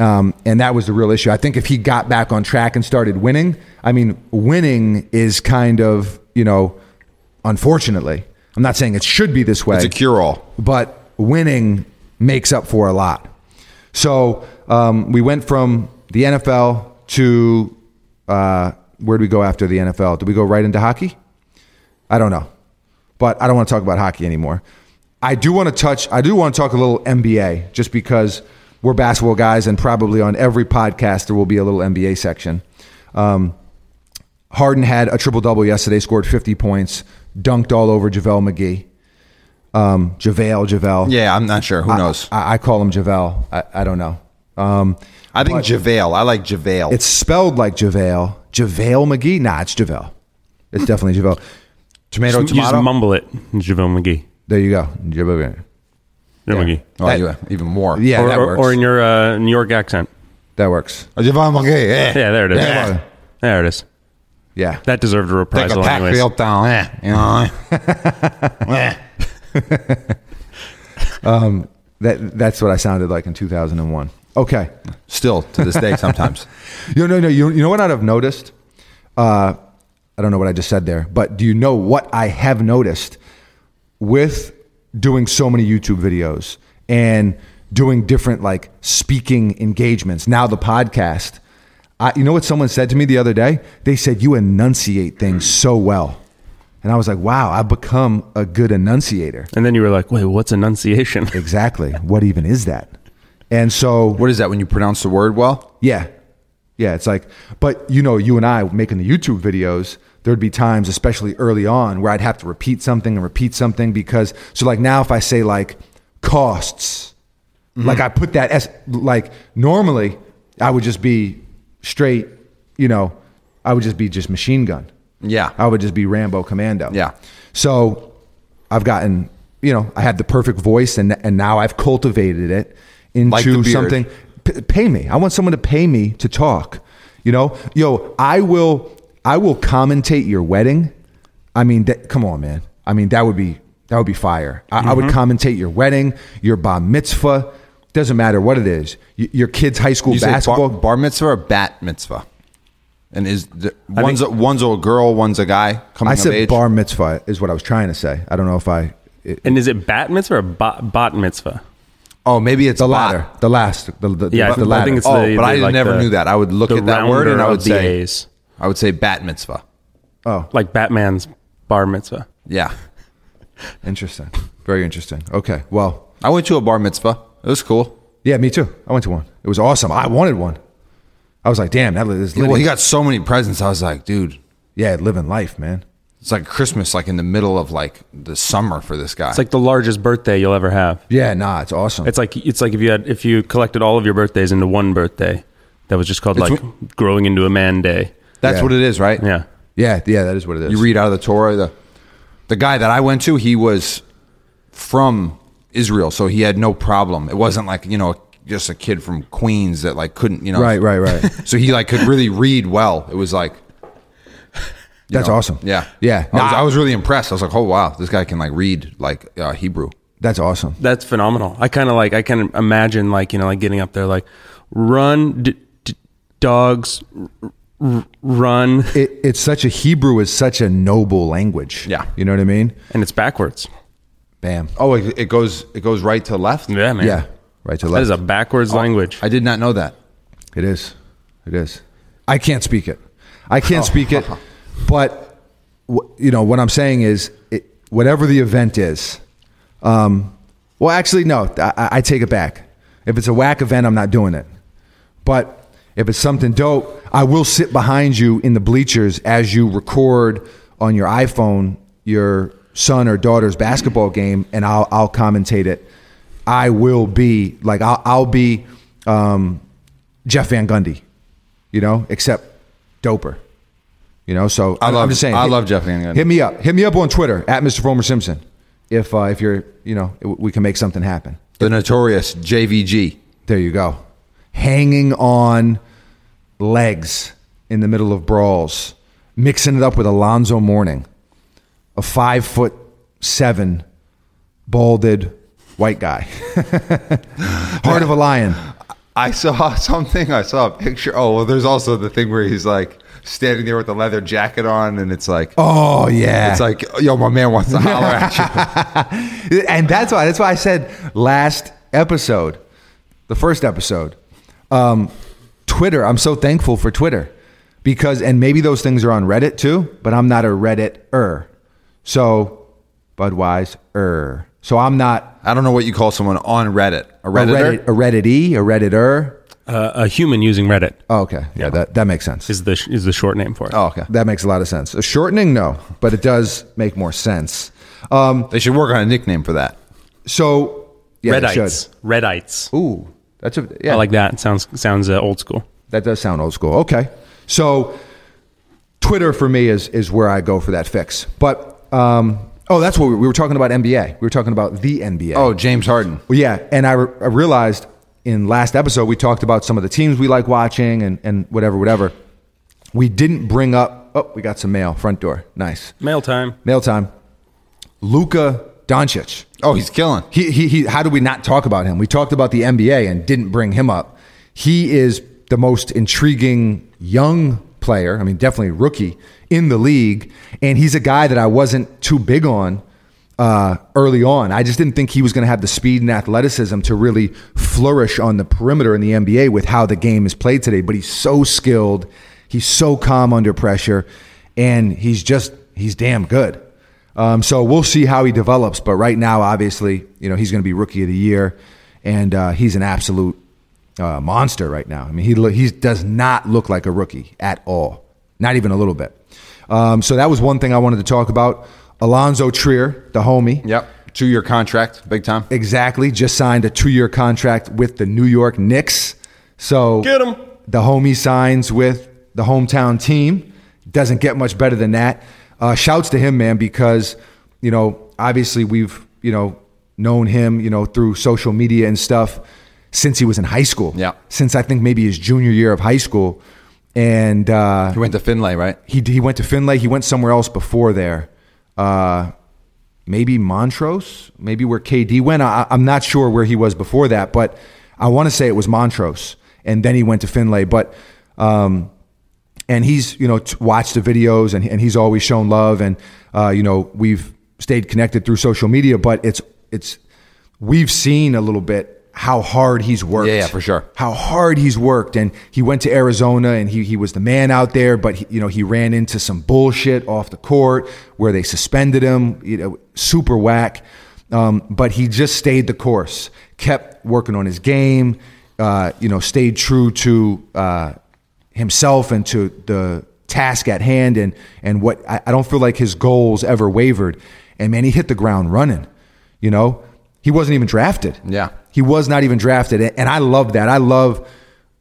[SPEAKER 2] um, and that was the real issue. I think if he got back on track and started winning, I mean, winning is kind of you know, unfortunately, I'm not saying it should be this way.
[SPEAKER 3] It's a cure-all.
[SPEAKER 2] but winning makes up for a lot. So um, we went from the NFL to uh, where do we go after the NFL? Do we go right into hockey? I don't know, but I don't want to talk about hockey anymore. I do want to touch. I do want to talk a little NBA, just because we're basketball guys, and probably on every podcast there will be a little NBA section. Um, Harden had a triple double yesterday, scored fifty points, dunked all over JaVale McGee. Um, JaVale, JaVale.
[SPEAKER 3] yeah, I'm not sure. Who knows? I,
[SPEAKER 2] I, I call him JaVale. I, I don't know. Um,
[SPEAKER 3] think
[SPEAKER 2] but-
[SPEAKER 3] JaVale. I like JaVale.
[SPEAKER 2] it's spelled like JaVale. JaVale McGee? Nah, it's JaVale. It's definitely JaVale.
[SPEAKER 3] tomato,
[SPEAKER 4] You just mumble it, JaVale McGee.
[SPEAKER 2] There you go. JaVale.
[SPEAKER 4] JaVale McGee.
[SPEAKER 3] oh,
[SPEAKER 2] That-
[SPEAKER 3] yeah, even more.
[SPEAKER 2] Yeah,
[SPEAKER 4] or,
[SPEAKER 2] that
[SPEAKER 4] or,
[SPEAKER 2] works.
[SPEAKER 4] or in your uh, New York accent.
[SPEAKER 2] That works.
[SPEAKER 3] Oh, JaVale McGee. eh.
[SPEAKER 4] Yeah, there it is.
[SPEAKER 2] Yeah.
[SPEAKER 4] There it is.
[SPEAKER 2] Yeah.
[SPEAKER 4] That deserved a
[SPEAKER 3] Take a
[SPEAKER 4] reprisal,
[SPEAKER 3] tack
[SPEAKER 4] anyways.
[SPEAKER 3] field down. eh, You know. eh.
[SPEAKER 2] That that's what I sounded like in 2001. Okay.
[SPEAKER 3] Still to this day, sometimes.
[SPEAKER 2] You know, no, you, you know what I'd have noticed? Uh, I don't know what I just said there, but do you know what I have noticed with doing so many YouTube videos and doing different like speaking engagements? Now the podcast. I, you know what someone said to me the other day? They said you enunciate things so well, and I was like, wow, I've become a good enunciator.
[SPEAKER 4] And then you were like, wait, what's enunciation?
[SPEAKER 2] Exactly. What even is that? And so
[SPEAKER 3] What is that when you pronounce the word well?
[SPEAKER 2] yeah. Yeah, it's like, but you know, you and I making the YouTube videos, there'd be times, especially early on, where I'd have to repeat something and repeat something because, so like now if I say like costs,
[SPEAKER 3] Mm-hmm.
[SPEAKER 2] like I put that as, like normally I would just be straight, you know, I would just be just machine gun.
[SPEAKER 3] Yeah.
[SPEAKER 2] I would just be Rambo Commando.
[SPEAKER 3] Yeah.
[SPEAKER 2] So I've gotten, you know, I had the perfect voice and, and now I've cultivated it into
[SPEAKER 3] Like the beard.
[SPEAKER 2] something p- pay me. I want someone to pay me to talk. You know, yo, I will, I will commentate your wedding. I mean, that, come on, man. I mean, that would be that would be fire. I, I would
[SPEAKER 4] Mm-hmm.
[SPEAKER 2] commentate your wedding, your bar mitzvah. Doesn't matter what it is. Y- your kid's high school
[SPEAKER 3] You say
[SPEAKER 2] basketball.
[SPEAKER 3] bar, bar mitzvah or bat mitzvah? And is the, one's a, one's a girl, one's a guy coming
[SPEAKER 2] I
[SPEAKER 3] of
[SPEAKER 2] said
[SPEAKER 3] age?
[SPEAKER 2] bar mitzvah is what I was trying to say. I don't know if I. It,
[SPEAKER 4] and is it bat mitzvah or bot, bot mitzvah?
[SPEAKER 3] oh, maybe it's
[SPEAKER 2] the
[SPEAKER 3] bat.
[SPEAKER 2] latter, the last, the, the,
[SPEAKER 4] Yeah,
[SPEAKER 2] the,
[SPEAKER 4] I
[SPEAKER 2] latter.
[SPEAKER 4] think it's
[SPEAKER 3] Oh,
[SPEAKER 4] the-
[SPEAKER 3] but
[SPEAKER 4] the,
[SPEAKER 3] I
[SPEAKER 4] like,
[SPEAKER 3] never
[SPEAKER 4] the-
[SPEAKER 3] knew that. I would look
[SPEAKER 4] the
[SPEAKER 3] at that word and
[SPEAKER 4] rounder
[SPEAKER 3] I would
[SPEAKER 4] of the
[SPEAKER 3] say
[SPEAKER 4] A's.
[SPEAKER 3] I would say bat mitzvah.
[SPEAKER 4] like Batman's bar mitzvah.
[SPEAKER 3] Yeah.
[SPEAKER 2] Oh, Interesting. Very interesting. Okay. Well,
[SPEAKER 3] I went to a bar mitzvah. It was cool.
[SPEAKER 2] yeah, me too. I went to one. It was awesome. I wanted one. I was like, damn, that is living,
[SPEAKER 3] Well, he got so many presents. I was like, dude,
[SPEAKER 2] yeah, living life, man.
[SPEAKER 3] it's like Christmas, like in the middle of like the summer for this guy.
[SPEAKER 4] It's like the largest birthday you'll ever have.
[SPEAKER 2] Yeah, nah, it's awesome.
[SPEAKER 4] It's like it's like if you had if you collected all of your birthdays into one birthday that was just called
[SPEAKER 3] It's
[SPEAKER 4] like growing into a man day.
[SPEAKER 3] that's
[SPEAKER 2] yeah.
[SPEAKER 3] what it is, right?
[SPEAKER 4] Yeah.
[SPEAKER 2] yeah, yeah, that is what it is.
[SPEAKER 3] You read out of the Torah. The the guy that I went to, he was from Israel, so he had no problem. It wasn't like you know just a kid from Queens that like couldn't you know
[SPEAKER 2] right, right, right.
[SPEAKER 3] So he like could really read well. It was like you
[SPEAKER 2] That's
[SPEAKER 3] know,
[SPEAKER 2] awesome.
[SPEAKER 3] Yeah,
[SPEAKER 2] yeah.
[SPEAKER 3] I was,
[SPEAKER 2] Nah,
[SPEAKER 3] I was really impressed. I was like, oh wow, this guy can like read like uh, Hebrew.
[SPEAKER 2] that's awesome.
[SPEAKER 4] That's phenomenal. I kind of like I can imagine like you know like getting up there like run d- d- dogs r- r- run
[SPEAKER 2] It, it's such a Hebrew is such a noble language.
[SPEAKER 3] Yeah.
[SPEAKER 2] you know what I mean.
[SPEAKER 4] and it's backwards.
[SPEAKER 2] Bam.
[SPEAKER 3] Oh, it, it goes it goes right to left.
[SPEAKER 4] Yeah, Oh. man.
[SPEAKER 2] Yeah, right to
[SPEAKER 4] That
[SPEAKER 2] left.
[SPEAKER 4] is a backwards language.
[SPEAKER 3] I did not know that.
[SPEAKER 2] It is. It is. I can't speak it. I
[SPEAKER 3] Oh.
[SPEAKER 2] can't speak it. But wh- you know what I'm saying is, it, whatever the event is. Um, well, actually, no. I- I, I take it back. If it's a whack event, I'm not doing it. But if it's something dope, I will sit behind you in the bleachers as you record on your iPhone your son or daughter's basketball game, and I'll I'll commentate it. I will be like I'll, I'll be um, Jeff Van Gundy, you know, except doper. You know, so I
[SPEAKER 3] love-
[SPEAKER 2] am just saying.
[SPEAKER 3] I love Jeff Van Gundy.
[SPEAKER 2] Hit me up. Hit me up on Twitter at Mr. Former Simpson. If uh, if you're you know we can make something happen.
[SPEAKER 3] The notorious JVG.
[SPEAKER 2] There you go. Hanging on legs in the middle of brawls, mixing it up with Alonzo Mourning, a five foot seven, balded white guy, heart of a lion.
[SPEAKER 3] I saw something. I saw a picture. Oh, well, there's also the thing where he's like standing there with the leather jacket on, and it's like,
[SPEAKER 2] Oh yeah,
[SPEAKER 3] it's like, yo, my man wants to holler at you.
[SPEAKER 2] and that's why that's why I said last episode, the first episode, um, Twitter. I'm so thankful for Twitter because, and maybe those things are on Reddit too, but I'm not a Reddit er. So Budweiser er. So I'm not
[SPEAKER 3] I don't know what you call someone on Reddit. A
[SPEAKER 2] a Reddit
[SPEAKER 3] Redditor?
[SPEAKER 2] a Reddit e a Redditor.
[SPEAKER 4] Uh, a human using Reddit
[SPEAKER 2] Oh, okay, yeah, that that makes sense.
[SPEAKER 4] is the is the short name for it.
[SPEAKER 3] Oh, okay.
[SPEAKER 2] That makes a lot of sense. A shortening, no, but it does make more sense. Um,
[SPEAKER 3] They should work on a nickname for that.
[SPEAKER 2] so yeah, it
[SPEAKER 4] Redites.
[SPEAKER 2] should.
[SPEAKER 4] Redites.
[SPEAKER 2] Ooh, that's a yeah.
[SPEAKER 4] I like that. It sounds sounds uh, old school.
[SPEAKER 2] That does sound old school. Okay. So Twitter for me is is where I go for that fix. But um, oh, that's what we, we were talking about NBA. We were talking about the NBA.
[SPEAKER 3] Oh, James Harden.
[SPEAKER 2] Well, yeah, and I, re- I realized in last episode we talked about some of the teams we like watching and and whatever whatever. We didn't bring up. Oh, we got some mail front door. Nice
[SPEAKER 4] Mail time.
[SPEAKER 2] mail time. Luka Doncic.
[SPEAKER 3] Oh, he's killing.
[SPEAKER 2] He, he, he, how do we not talk about him? We talked about the NBA and didn't bring him up. He is the most intriguing young player. I mean, definitely rookie in the league, and he's a guy that I wasn't too big on uh, early on. I just didn't think he was going to have the speed and athleticism to really flourish on the perimeter in the NBA with how the game is played today. But he's so skilled, he's so calm under pressure, and he's just he's damn good. Um, so we'll see how he develops. But right now, obviously, you know he's going to be rookie of the year, and uh, he's an absolute uh, monster right now. I mean, he lo- he does not look like a rookie at all, not even a little bit. Um, so that was one thing I wanted to talk about. Alonzo Trier, the homie,
[SPEAKER 3] Yep. Two year contract, big time.
[SPEAKER 2] exactly, just signed a two-year contract with the New York Knicks. So
[SPEAKER 4] Get 'em.
[SPEAKER 2] The homie signs with the hometown team. Doesn't get much better than that. Uh, shouts to him, man, because you know obviously we've you know known him you know through social media and stuff since he was in high school.
[SPEAKER 3] Yeah.
[SPEAKER 2] since I think maybe his junior year of high school, and uh,
[SPEAKER 3] He went to Finlay, right?
[SPEAKER 2] he he went to Finlay. He went somewhere else before there. Uh, maybe Montrose, maybe where KD went. I, I'm not sure where he was before that, but I want to say it was Montrose, and then he went to Finlay. But um, and he's you know t- watched the videos, and and he's always shown love, and uh, you know we've stayed connected through social media, but it's it's we've seen a little bit how hard he's worked
[SPEAKER 3] Yeah, yeah, for sure.
[SPEAKER 2] how hard he's worked and he went to Arizona and he he was the man out there but he, you know he ran into some bullshit off the court where they suspended him you know super whack um, but he just stayed the course kept working on his game uh, you know stayed true to uh, himself and to the task at hand and and what I, I don't feel like his goals ever wavered and man he hit the ground running you know he wasn't even drafted
[SPEAKER 3] Yeah.
[SPEAKER 2] he was not even drafted. And I love that. I love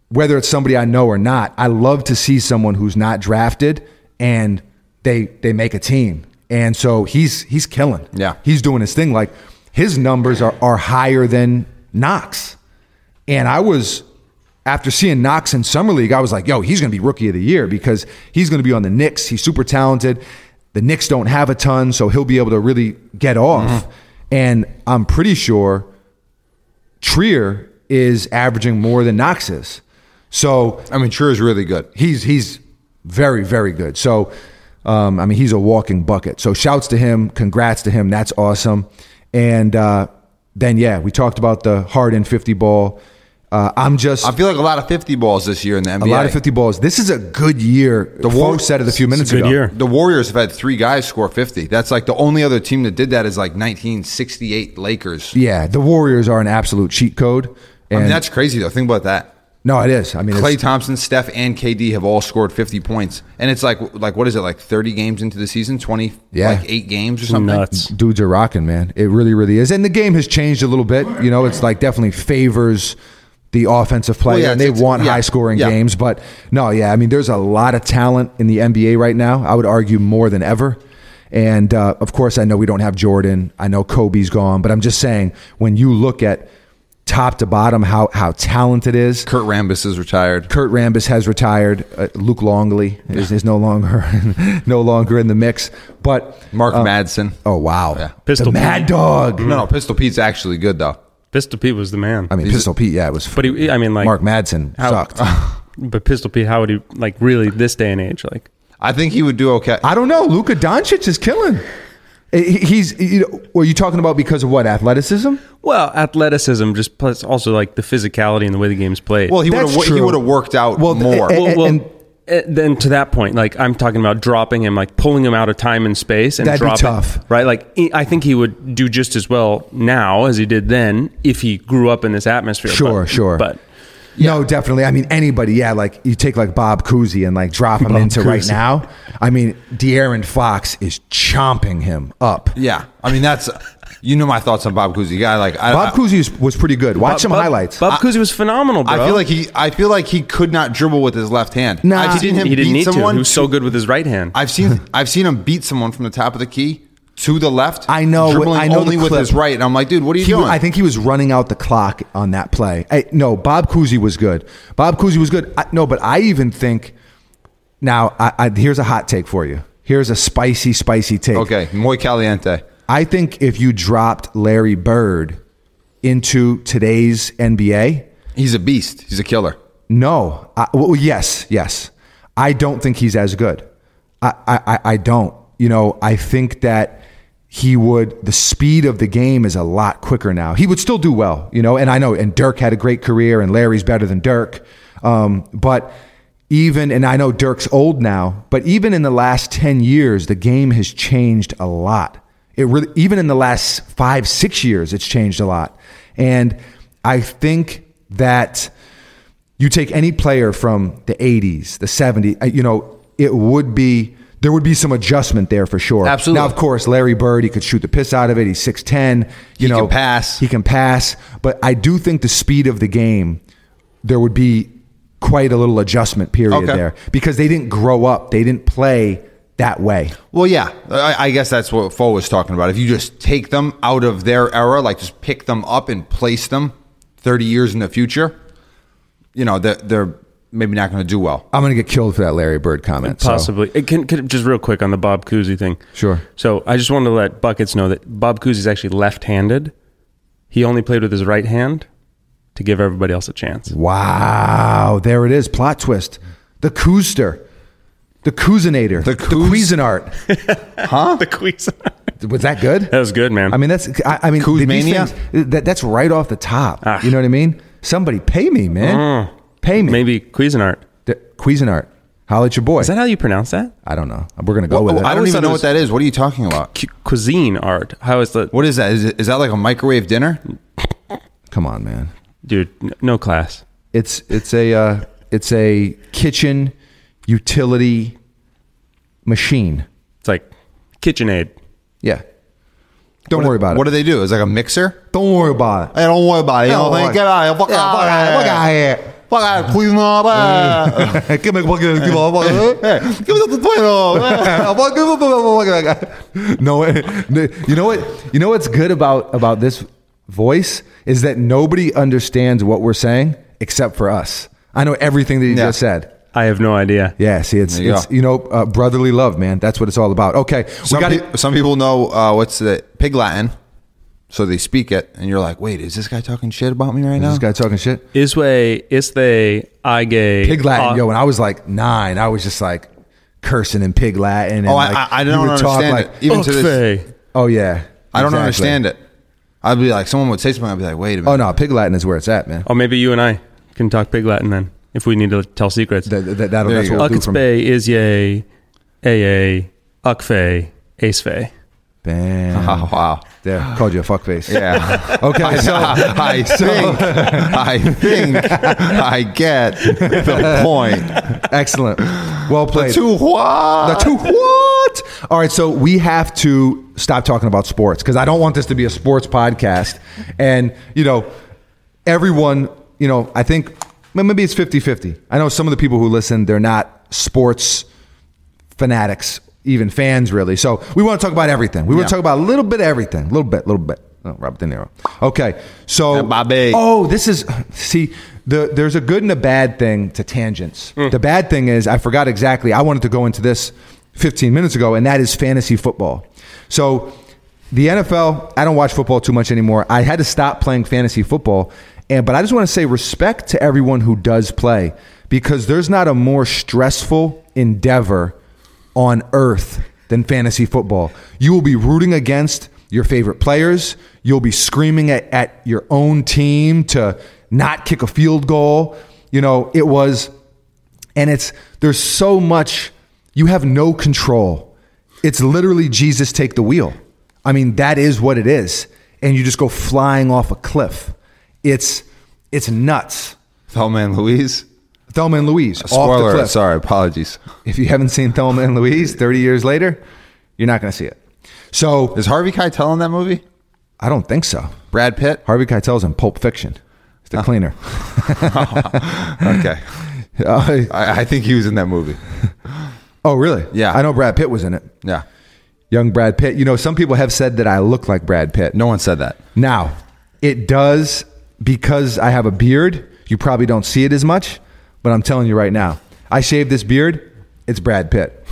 [SPEAKER 2] whether it's somebody I know or not. I love to see someone who's not drafted and they they make a team. And so he's he's killing.
[SPEAKER 3] Yeah.
[SPEAKER 2] He's doing his thing. Like his numbers are, are higher than Knox. And I was after seeing Knox in summer league, I was like, yo, he's gonna be rookie of the year because he's gonna be on the Knicks. He's super talented. The Knicks don't have a ton, so he'll be able to really get
[SPEAKER 3] Mm-hmm.
[SPEAKER 2] off. And I'm pretty sure Trier is averaging more than Knox is. So
[SPEAKER 3] I mean, True is really good.
[SPEAKER 2] he's he's very very good. So um, I mean he's a walking bucket. So shouts to him, congrats to him. That's awesome. And uh, then yeah, we talked about the Harden fifty ball. Uh, I'm just
[SPEAKER 3] I feel like a lot of 50 balls this year in the NBA.
[SPEAKER 2] a lot of fifty balls. This is a good year. The
[SPEAKER 3] war-
[SPEAKER 2] Flo said it a few minutes
[SPEAKER 4] good
[SPEAKER 2] ago.
[SPEAKER 4] year.
[SPEAKER 3] The Warriors have had three guys score 50. That's like the only other team that did that is like 1968 Lakers.
[SPEAKER 2] Yeah, the Warriors are an absolute cheat code.
[SPEAKER 3] I
[SPEAKER 2] And
[SPEAKER 3] mean, that's crazy though. Think about that.
[SPEAKER 2] no, it is. I mean,
[SPEAKER 3] Clay
[SPEAKER 2] it's,
[SPEAKER 3] Thompson, Steph, and KD have all scored 50 points, and it's like like what is it like 30 games into the season, 20
[SPEAKER 2] Yeah.
[SPEAKER 3] like eight games or something.
[SPEAKER 4] Nuts.
[SPEAKER 2] dudes are rocking, man. It really, really is. And the game has changed a little bit. You know, it's like definitely favors the offensive player,
[SPEAKER 3] Well, yeah,
[SPEAKER 2] and they
[SPEAKER 3] it's- it's-
[SPEAKER 2] want
[SPEAKER 3] yeah,
[SPEAKER 2] high scoring
[SPEAKER 3] yeah.
[SPEAKER 2] games. But no, yeah, I mean, there's a lot of talent in the NBA right now. I would argue more than ever. And uh, of course, I know we don't have Jordan. I know Kobe's gone, but I'm just saying when you look at top to bottom, how how talented is.
[SPEAKER 3] Kurt Rambis is retired.
[SPEAKER 2] Kurt Rambis has retired. Uh, Luke Longley is, is no longer no longer in the mix. But
[SPEAKER 3] Mark Madsen.
[SPEAKER 2] oh wow,
[SPEAKER 3] Yeah.
[SPEAKER 2] the
[SPEAKER 4] Pistol
[SPEAKER 2] Mad
[SPEAKER 4] Pete.
[SPEAKER 2] Dog.
[SPEAKER 3] No, no, Pistol Pete's actually good though.
[SPEAKER 4] Pistol Pete was the man.
[SPEAKER 2] I mean, Pistol Pete, yeah, it was.
[SPEAKER 4] but he, I mean, like
[SPEAKER 2] Mark Madsen
[SPEAKER 4] how-
[SPEAKER 2] sucked.
[SPEAKER 4] But Pistol Pete, how would he like really this day and age? Like
[SPEAKER 3] I think he would do okay.
[SPEAKER 2] I don't know. Luka Doncic is killing. He- He's. You know, were you talking about because of what athleticism?
[SPEAKER 4] Well, athleticism just plus also like the physicality and the way the game's played.
[SPEAKER 3] well, he would
[SPEAKER 2] That's
[SPEAKER 3] have he
[SPEAKER 2] true.
[SPEAKER 3] would have worked out
[SPEAKER 2] Well, th-
[SPEAKER 3] more.
[SPEAKER 2] eh, eh,
[SPEAKER 4] well, well,
[SPEAKER 2] and-
[SPEAKER 4] eh, then to that point, like I'm talking about dropping him, like pulling him out of time and space, and
[SPEAKER 2] That'd be
[SPEAKER 4] dropping,
[SPEAKER 2] tough.
[SPEAKER 4] right? Like he- I think he would do just as well now as he did then if he grew up in this atmosphere.
[SPEAKER 2] Sure,
[SPEAKER 4] but,
[SPEAKER 2] sure.
[SPEAKER 4] But
[SPEAKER 2] No, definitely. I mean, anybody. Yeah, like you take like Bob Cousy and like drop him into right
[SPEAKER 4] Cousy.
[SPEAKER 2] now. I mean, De'Aaron Fox is chomping him up.
[SPEAKER 3] yeah, I mean that's you know my thoughts on Bob Cousy. Guy like I,
[SPEAKER 2] Bob Cousy was- was pretty good. Watch some
[SPEAKER 4] Bob-
[SPEAKER 2] highlights.
[SPEAKER 4] Bob Cousy was phenomenal, bro.
[SPEAKER 3] I, I feel like he I feel like he could not dribble with his left hand.
[SPEAKER 2] Nah.
[SPEAKER 3] I've
[SPEAKER 4] he
[SPEAKER 3] seen
[SPEAKER 4] didn't,
[SPEAKER 3] him
[SPEAKER 4] he didn't
[SPEAKER 3] beat
[SPEAKER 4] need to.
[SPEAKER 3] someone
[SPEAKER 4] He was so good with his right hand.
[SPEAKER 3] I've seen I've seen him beat someone from the top of the key to the left.
[SPEAKER 2] I know.
[SPEAKER 3] dribbling
[SPEAKER 2] I know
[SPEAKER 3] only
[SPEAKER 2] the
[SPEAKER 3] with
[SPEAKER 2] clip.
[SPEAKER 3] his right, and I'm like, dude, what are you
[SPEAKER 2] He-
[SPEAKER 3] doing?
[SPEAKER 2] I think he was running out the clock on that play. I, no, Bob Cousy was good. Bob Cousy was good. I, no, but I even think now. I, I, here's a hot take for you. Here's a spicy, spicy take.
[SPEAKER 3] okay, muy caliente.
[SPEAKER 2] I think if you dropped Larry Bird into today's NBA,
[SPEAKER 3] He's a beast. He's a killer.
[SPEAKER 2] No. I, well, yes, yes. I don't think he's as good. I, I, I- I don't. You know, I think that he would. The speed of the game is a lot quicker now. He would still do well. You know, and I know. And Dirk had a great career, and Larry's better than Dirk. Um, but even, and I know Dirk's old now. But even in the last ten years, the game has changed a lot. It really, even in the last five, six years, it's changed a lot. And I think that you take any player from the 80s, the 70s, uh, you know, it would be there would be some adjustment there for sure.
[SPEAKER 3] Absolutely.
[SPEAKER 2] Now, of course, Larry Bird, he could shoot the piss out of it. He's six ten. You
[SPEAKER 3] He
[SPEAKER 2] know,
[SPEAKER 3] can pass.
[SPEAKER 2] He can pass. But I do think the speed of the game, there would be quite a little adjustment period
[SPEAKER 3] Okay.
[SPEAKER 2] there because they didn't grow up. They didn't play that way.
[SPEAKER 3] Well, yeah, I, I guess that's what Fo was talking about. If you just take them out of their era, like just pick them up and place them 30 years in the future, you know, they're, they're maybe not going to do well.
[SPEAKER 2] I'm gonna get killed for that Larry Bird comment. so-
[SPEAKER 4] Possibly. It can, can just real quick on the Bob Cousy thing.
[SPEAKER 2] Sure.
[SPEAKER 4] So I just wanted to let buckets know that Bob Cousy's actually left-handed. He only played with his right hand to give everybody else a chance.
[SPEAKER 2] Wow, there it is. Plot twist. The Kooster. The Cousinator.
[SPEAKER 3] The Coos-
[SPEAKER 2] Cuisinart.
[SPEAKER 4] the queens.
[SPEAKER 2] Was that good?
[SPEAKER 4] that was good, man.
[SPEAKER 2] I mean, that's I, I mean, these
[SPEAKER 3] Kuzmania?
[SPEAKER 2] things- that, that's right off the top.
[SPEAKER 4] Ah.
[SPEAKER 2] You know what I mean? Somebody pay me, man. Pay me.
[SPEAKER 4] Mm. maybe Cuisinart.
[SPEAKER 2] The, Cuisinart. Holla at your boy.
[SPEAKER 4] Is that how you pronounce that?
[SPEAKER 2] I don't know. We're gonna go with it.
[SPEAKER 3] Oh, I don't
[SPEAKER 4] always
[SPEAKER 3] even
[SPEAKER 4] thought
[SPEAKER 3] know
[SPEAKER 4] it
[SPEAKER 3] what
[SPEAKER 4] was-
[SPEAKER 3] that is. What are you talking about?
[SPEAKER 4] Cu- cuisine art. How is the
[SPEAKER 3] What is that? Is, it, is that like a microwave dinner?
[SPEAKER 2] Come on, man.
[SPEAKER 4] dude? n- No class.
[SPEAKER 2] It's it's a uh, it's a kitchen utility machine.
[SPEAKER 4] It's like KitchenAid.
[SPEAKER 2] Yeah. Don't worry about
[SPEAKER 3] What
[SPEAKER 2] it.
[SPEAKER 3] do they do? Is it like a mixer?
[SPEAKER 2] Don't worry about it.
[SPEAKER 3] I don't worry about it. You
[SPEAKER 2] Don't
[SPEAKER 3] know what I mean?
[SPEAKER 2] worry.
[SPEAKER 3] Get out of here. Fuck
[SPEAKER 2] Yeah,
[SPEAKER 3] out.
[SPEAKER 2] fuck out of-
[SPEAKER 3] Fuck out of
[SPEAKER 2] here.
[SPEAKER 3] here. Uh, Fuck out of here. Please, no. Fuck out.
[SPEAKER 2] Give me a bucket, give me a bucket.
[SPEAKER 3] eh? Give me the toilet.
[SPEAKER 2] no, eh, no, you know what? You know what's good about about this voice is that nobody understands what we're saying except for us. I know everything that you
[SPEAKER 3] Yeah.
[SPEAKER 2] just said.
[SPEAKER 4] I have no idea.
[SPEAKER 2] Yeah, see, it's
[SPEAKER 3] There you
[SPEAKER 2] it's
[SPEAKER 3] go.
[SPEAKER 2] you know uh, brotherly love, man. That's what it's all about. Okay, we
[SPEAKER 3] Some,
[SPEAKER 2] got
[SPEAKER 3] pe- some people know uh, what's the pig Latin, so they speak it, and you're like, wait, is this guy talking shit about me right now?
[SPEAKER 2] this guy talking shit.
[SPEAKER 4] Iswe, Isthey, Ige.
[SPEAKER 2] Pig Latin,
[SPEAKER 3] uh,
[SPEAKER 4] Ah,
[SPEAKER 2] yo. When I was like nine, I was just like cursing in pig Latin. And
[SPEAKER 3] oh,
[SPEAKER 2] like,
[SPEAKER 3] I, I, I
[SPEAKER 2] you
[SPEAKER 3] don't
[SPEAKER 2] would talk
[SPEAKER 3] understand
[SPEAKER 2] like-
[SPEAKER 3] it. Even to this,
[SPEAKER 4] Ukfe.
[SPEAKER 2] oh yeah,
[SPEAKER 3] I don't understand it. I'd be like, someone would say something, I'd be like, wait a minute.
[SPEAKER 2] Oh no, pig Latin is where it's at, man.
[SPEAKER 4] Oh, maybe you and I can talk Pig Latin then, if we need to tell secrets.
[SPEAKER 2] That, that, that'll,
[SPEAKER 3] There
[SPEAKER 2] that's
[SPEAKER 3] you
[SPEAKER 2] what
[SPEAKER 3] go.
[SPEAKER 2] we'll do from.
[SPEAKER 4] Ukitspe, Isye, Aye, Ukfe, Acefei.
[SPEAKER 2] Bam.
[SPEAKER 3] Oh, wow.
[SPEAKER 2] There, called you a fuckface.
[SPEAKER 3] Yeah.
[SPEAKER 2] Okay, so
[SPEAKER 3] I think, I think, I get the point.
[SPEAKER 2] excellent. Well played.
[SPEAKER 3] Two what?
[SPEAKER 2] The two- what? All right, so we have to stop talking about sports because I don't want this to be a sports podcast. And, you know, everyone, you know, I think well, maybe it's 50 50. I know some of the people who listen, they're not sports fanatics, even fans, really. So we want to talk about everything. We want
[SPEAKER 3] Yeah.
[SPEAKER 2] to talk about a little bit of everything, a little bit, a little bit. Oh, Robert De Niro. Okay, so
[SPEAKER 3] Yeah, Bobby.
[SPEAKER 2] Oh, this is see. The, there's a good and a bad thing to tangents. The bad thing is I forgot exactly. I wanted to go into this 15 minutes ago, and that is fantasy football. So the NFL. I don't watch football too much anymore. I had to stop playing fantasy football, and but I just want to say respect to everyone who does play because there's not a more stressful endeavor on earth than fantasy football. You will be rooting against your favorite players. You'll be screaming at, at your own team to not kick a field goal. You know, it was, and it's, there's so much, you have no control. It's literally Jesus take the wheel. I mean, that is what it is. And you just go flying off a cliff. It's, it's nuts.
[SPEAKER 3] Thelma and Oh, Louise.
[SPEAKER 2] Thelma and Louise. off the
[SPEAKER 3] Spoiler,
[SPEAKER 2] cliff.
[SPEAKER 3] sorry, apologies.
[SPEAKER 2] If you haven't seen Thelma and Louise 30 years later, you're not going to see it. So
[SPEAKER 3] Is Harvey Keitel in that movie?
[SPEAKER 2] I don't think so.
[SPEAKER 3] Brad Pitt?
[SPEAKER 2] Harvey Keitel's in Pulp Fiction. He's the cleaner.
[SPEAKER 3] Okay.
[SPEAKER 2] Uh,
[SPEAKER 3] I, I think he was in that movie.
[SPEAKER 2] oh, really?
[SPEAKER 3] Yeah.
[SPEAKER 2] I know Brad Pitt was in it.
[SPEAKER 3] Yeah.
[SPEAKER 2] Young Brad Pitt. You know, some people have said that I look like Brad Pitt.
[SPEAKER 3] No one said that.
[SPEAKER 2] Now, it does because I have a beard. You probably don't see it as much, but I'm telling you right now, I shave this beard. It's Brad Pitt.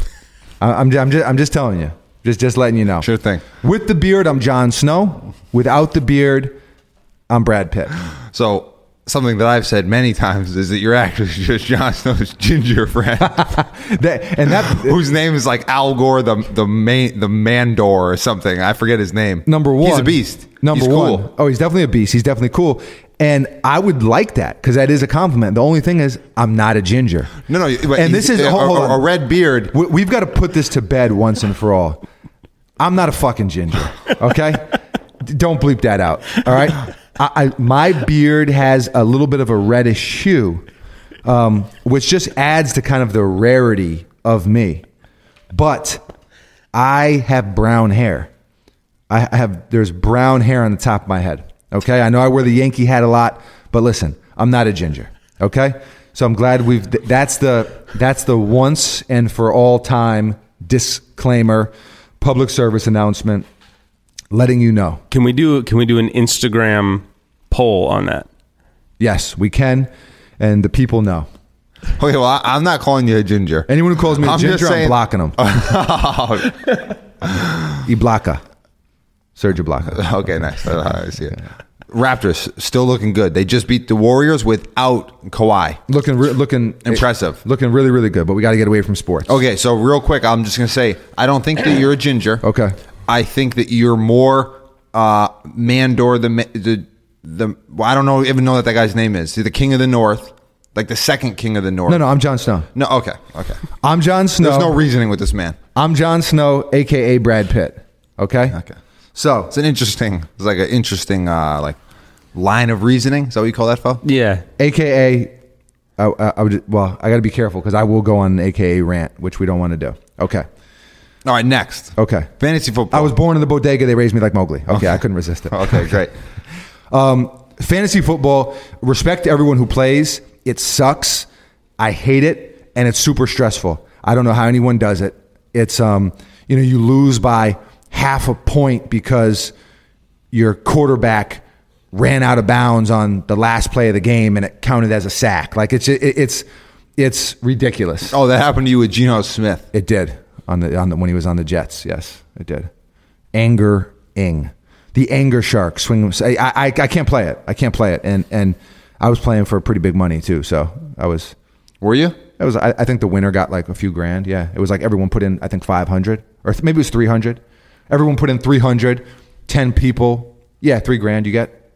[SPEAKER 2] I- I'm, I'm just I'm just telling you, just just letting you know.
[SPEAKER 3] Sure thing.
[SPEAKER 2] With the beard, I'm Jon Snow. Without the beard, I'm Brad Pitt.
[SPEAKER 3] So something that I've said many times is that you're actually just Jon Snow's ginger friend,
[SPEAKER 2] That, and that
[SPEAKER 3] whose name is like Al Gore, the the main the Mandor or something. I forget his name.
[SPEAKER 2] number one.
[SPEAKER 3] he's a beast.
[SPEAKER 2] Number
[SPEAKER 3] He's
[SPEAKER 2] one.
[SPEAKER 3] cool.
[SPEAKER 2] Oh, he's definitely a beast. He's definitely cool. And I would like that because that is a compliment. The only thing is, I'm not a ginger.
[SPEAKER 3] No, no, but
[SPEAKER 2] and this
[SPEAKER 3] he's-
[SPEAKER 2] is
[SPEAKER 3] a,
[SPEAKER 2] hold- hold
[SPEAKER 3] a-
[SPEAKER 2] on.
[SPEAKER 3] a red beard.
[SPEAKER 2] We, we've got to put this to bed once and for all. I'm not a fucking ginger. Okay, D- don't bleep that out. All right, I, I, my beard has a little bit of a reddish hue, um, which just adds to kind of the rarity of me. But I have brown hair. I I have there's brown hair on the top of my head. Okay, I know I wear the Yankee hat a lot, but listen, I'm not a ginger. Okay, so I'm glad we've th- that's the that's the once and for all time disclaimer, public service announcement, letting you know.
[SPEAKER 4] Can we do can we do an Instagram poll on that?
[SPEAKER 2] Yes, we can, and the people know.
[SPEAKER 3] Okay, well, I, I'm not calling you a ginger.
[SPEAKER 2] Anyone who calls me a
[SPEAKER 3] I'm just
[SPEAKER 2] ginger, I'm
[SPEAKER 3] saying-
[SPEAKER 2] blocking them. Iblaca, Sergio Iblaca.
[SPEAKER 3] Okay, nice. I see it. Raptors still looking good. They just beat the Warriors without Kawhi.
[SPEAKER 2] Looking, re- looking
[SPEAKER 3] Impressive.
[SPEAKER 2] Looking really, really good. But we got to get away from sports.
[SPEAKER 3] Okay, so real quick, I'm just gonna say I don't think that you're a ginger.
[SPEAKER 2] Okay.
[SPEAKER 3] I think that you're more uh, Mandor the ma- the the. Well, I don't know even know that that guy's name is. He's the king of the north, like the second king of the north.
[SPEAKER 2] No, no, I'm Jon Snow.
[SPEAKER 3] no. Okay, okay.
[SPEAKER 2] I'm Jon Snow.
[SPEAKER 3] There's no reasoning with this man.
[SPEAKER 2] I'm Jon Snow, aka Brad Pitt. Okay.
[SPEAKER 3] Okay.
[SPEAKER 2] So
[SPEAKER 3] It's an interesting. It's like an interesting uh, like line of reasoning. Is that what you call that, Phil?
[SPEAKER 4] Yeah.
[SPEAKER 2] AKA, I, I, I would, well, I got to be careful because I will go on an AKA rant, which we don't want to do. Okay.
[SPEAKER 3] All right, next.
[SPEAKER 2] Okay.
[SPEAKER 3] Fantasy football.
[SPEAKER 2] Oh. I was born in the bodega. They raised me like Mowgli. Okay, I couldn't resist it.
[SPEAKER 3] Okay, great.
[SPEAKER 2] Fantasy football. Respect to everyone who plays. It sucks. I hate it, and it's super stressful. I don't know how anyone does it. It's um, you know, you lose by half a point because your quarterback ran out of bounds on the last play of the game, and it counted as a sack. Like it's it, it's it's ridiculous.
[SPEAKER 3] Oh, that happened to you with Geno Smith.
[SPEAKER 2] It did on the on the when he was on the Jets. Yes, it did. Anger ing, the anger shark swing. I, I I can't play it. I can't play it. And and I was playing for pretty big money too. So I was.
[SPEAKER 3] Were you?
[SPEAKER 2] It was. I, I think the winner got like a few grand. Yeah, it was like everyone put in. I think five hundred or th- maybe it was three hundred. Everyone put in 300, 10 people. Yeah, three grand you get.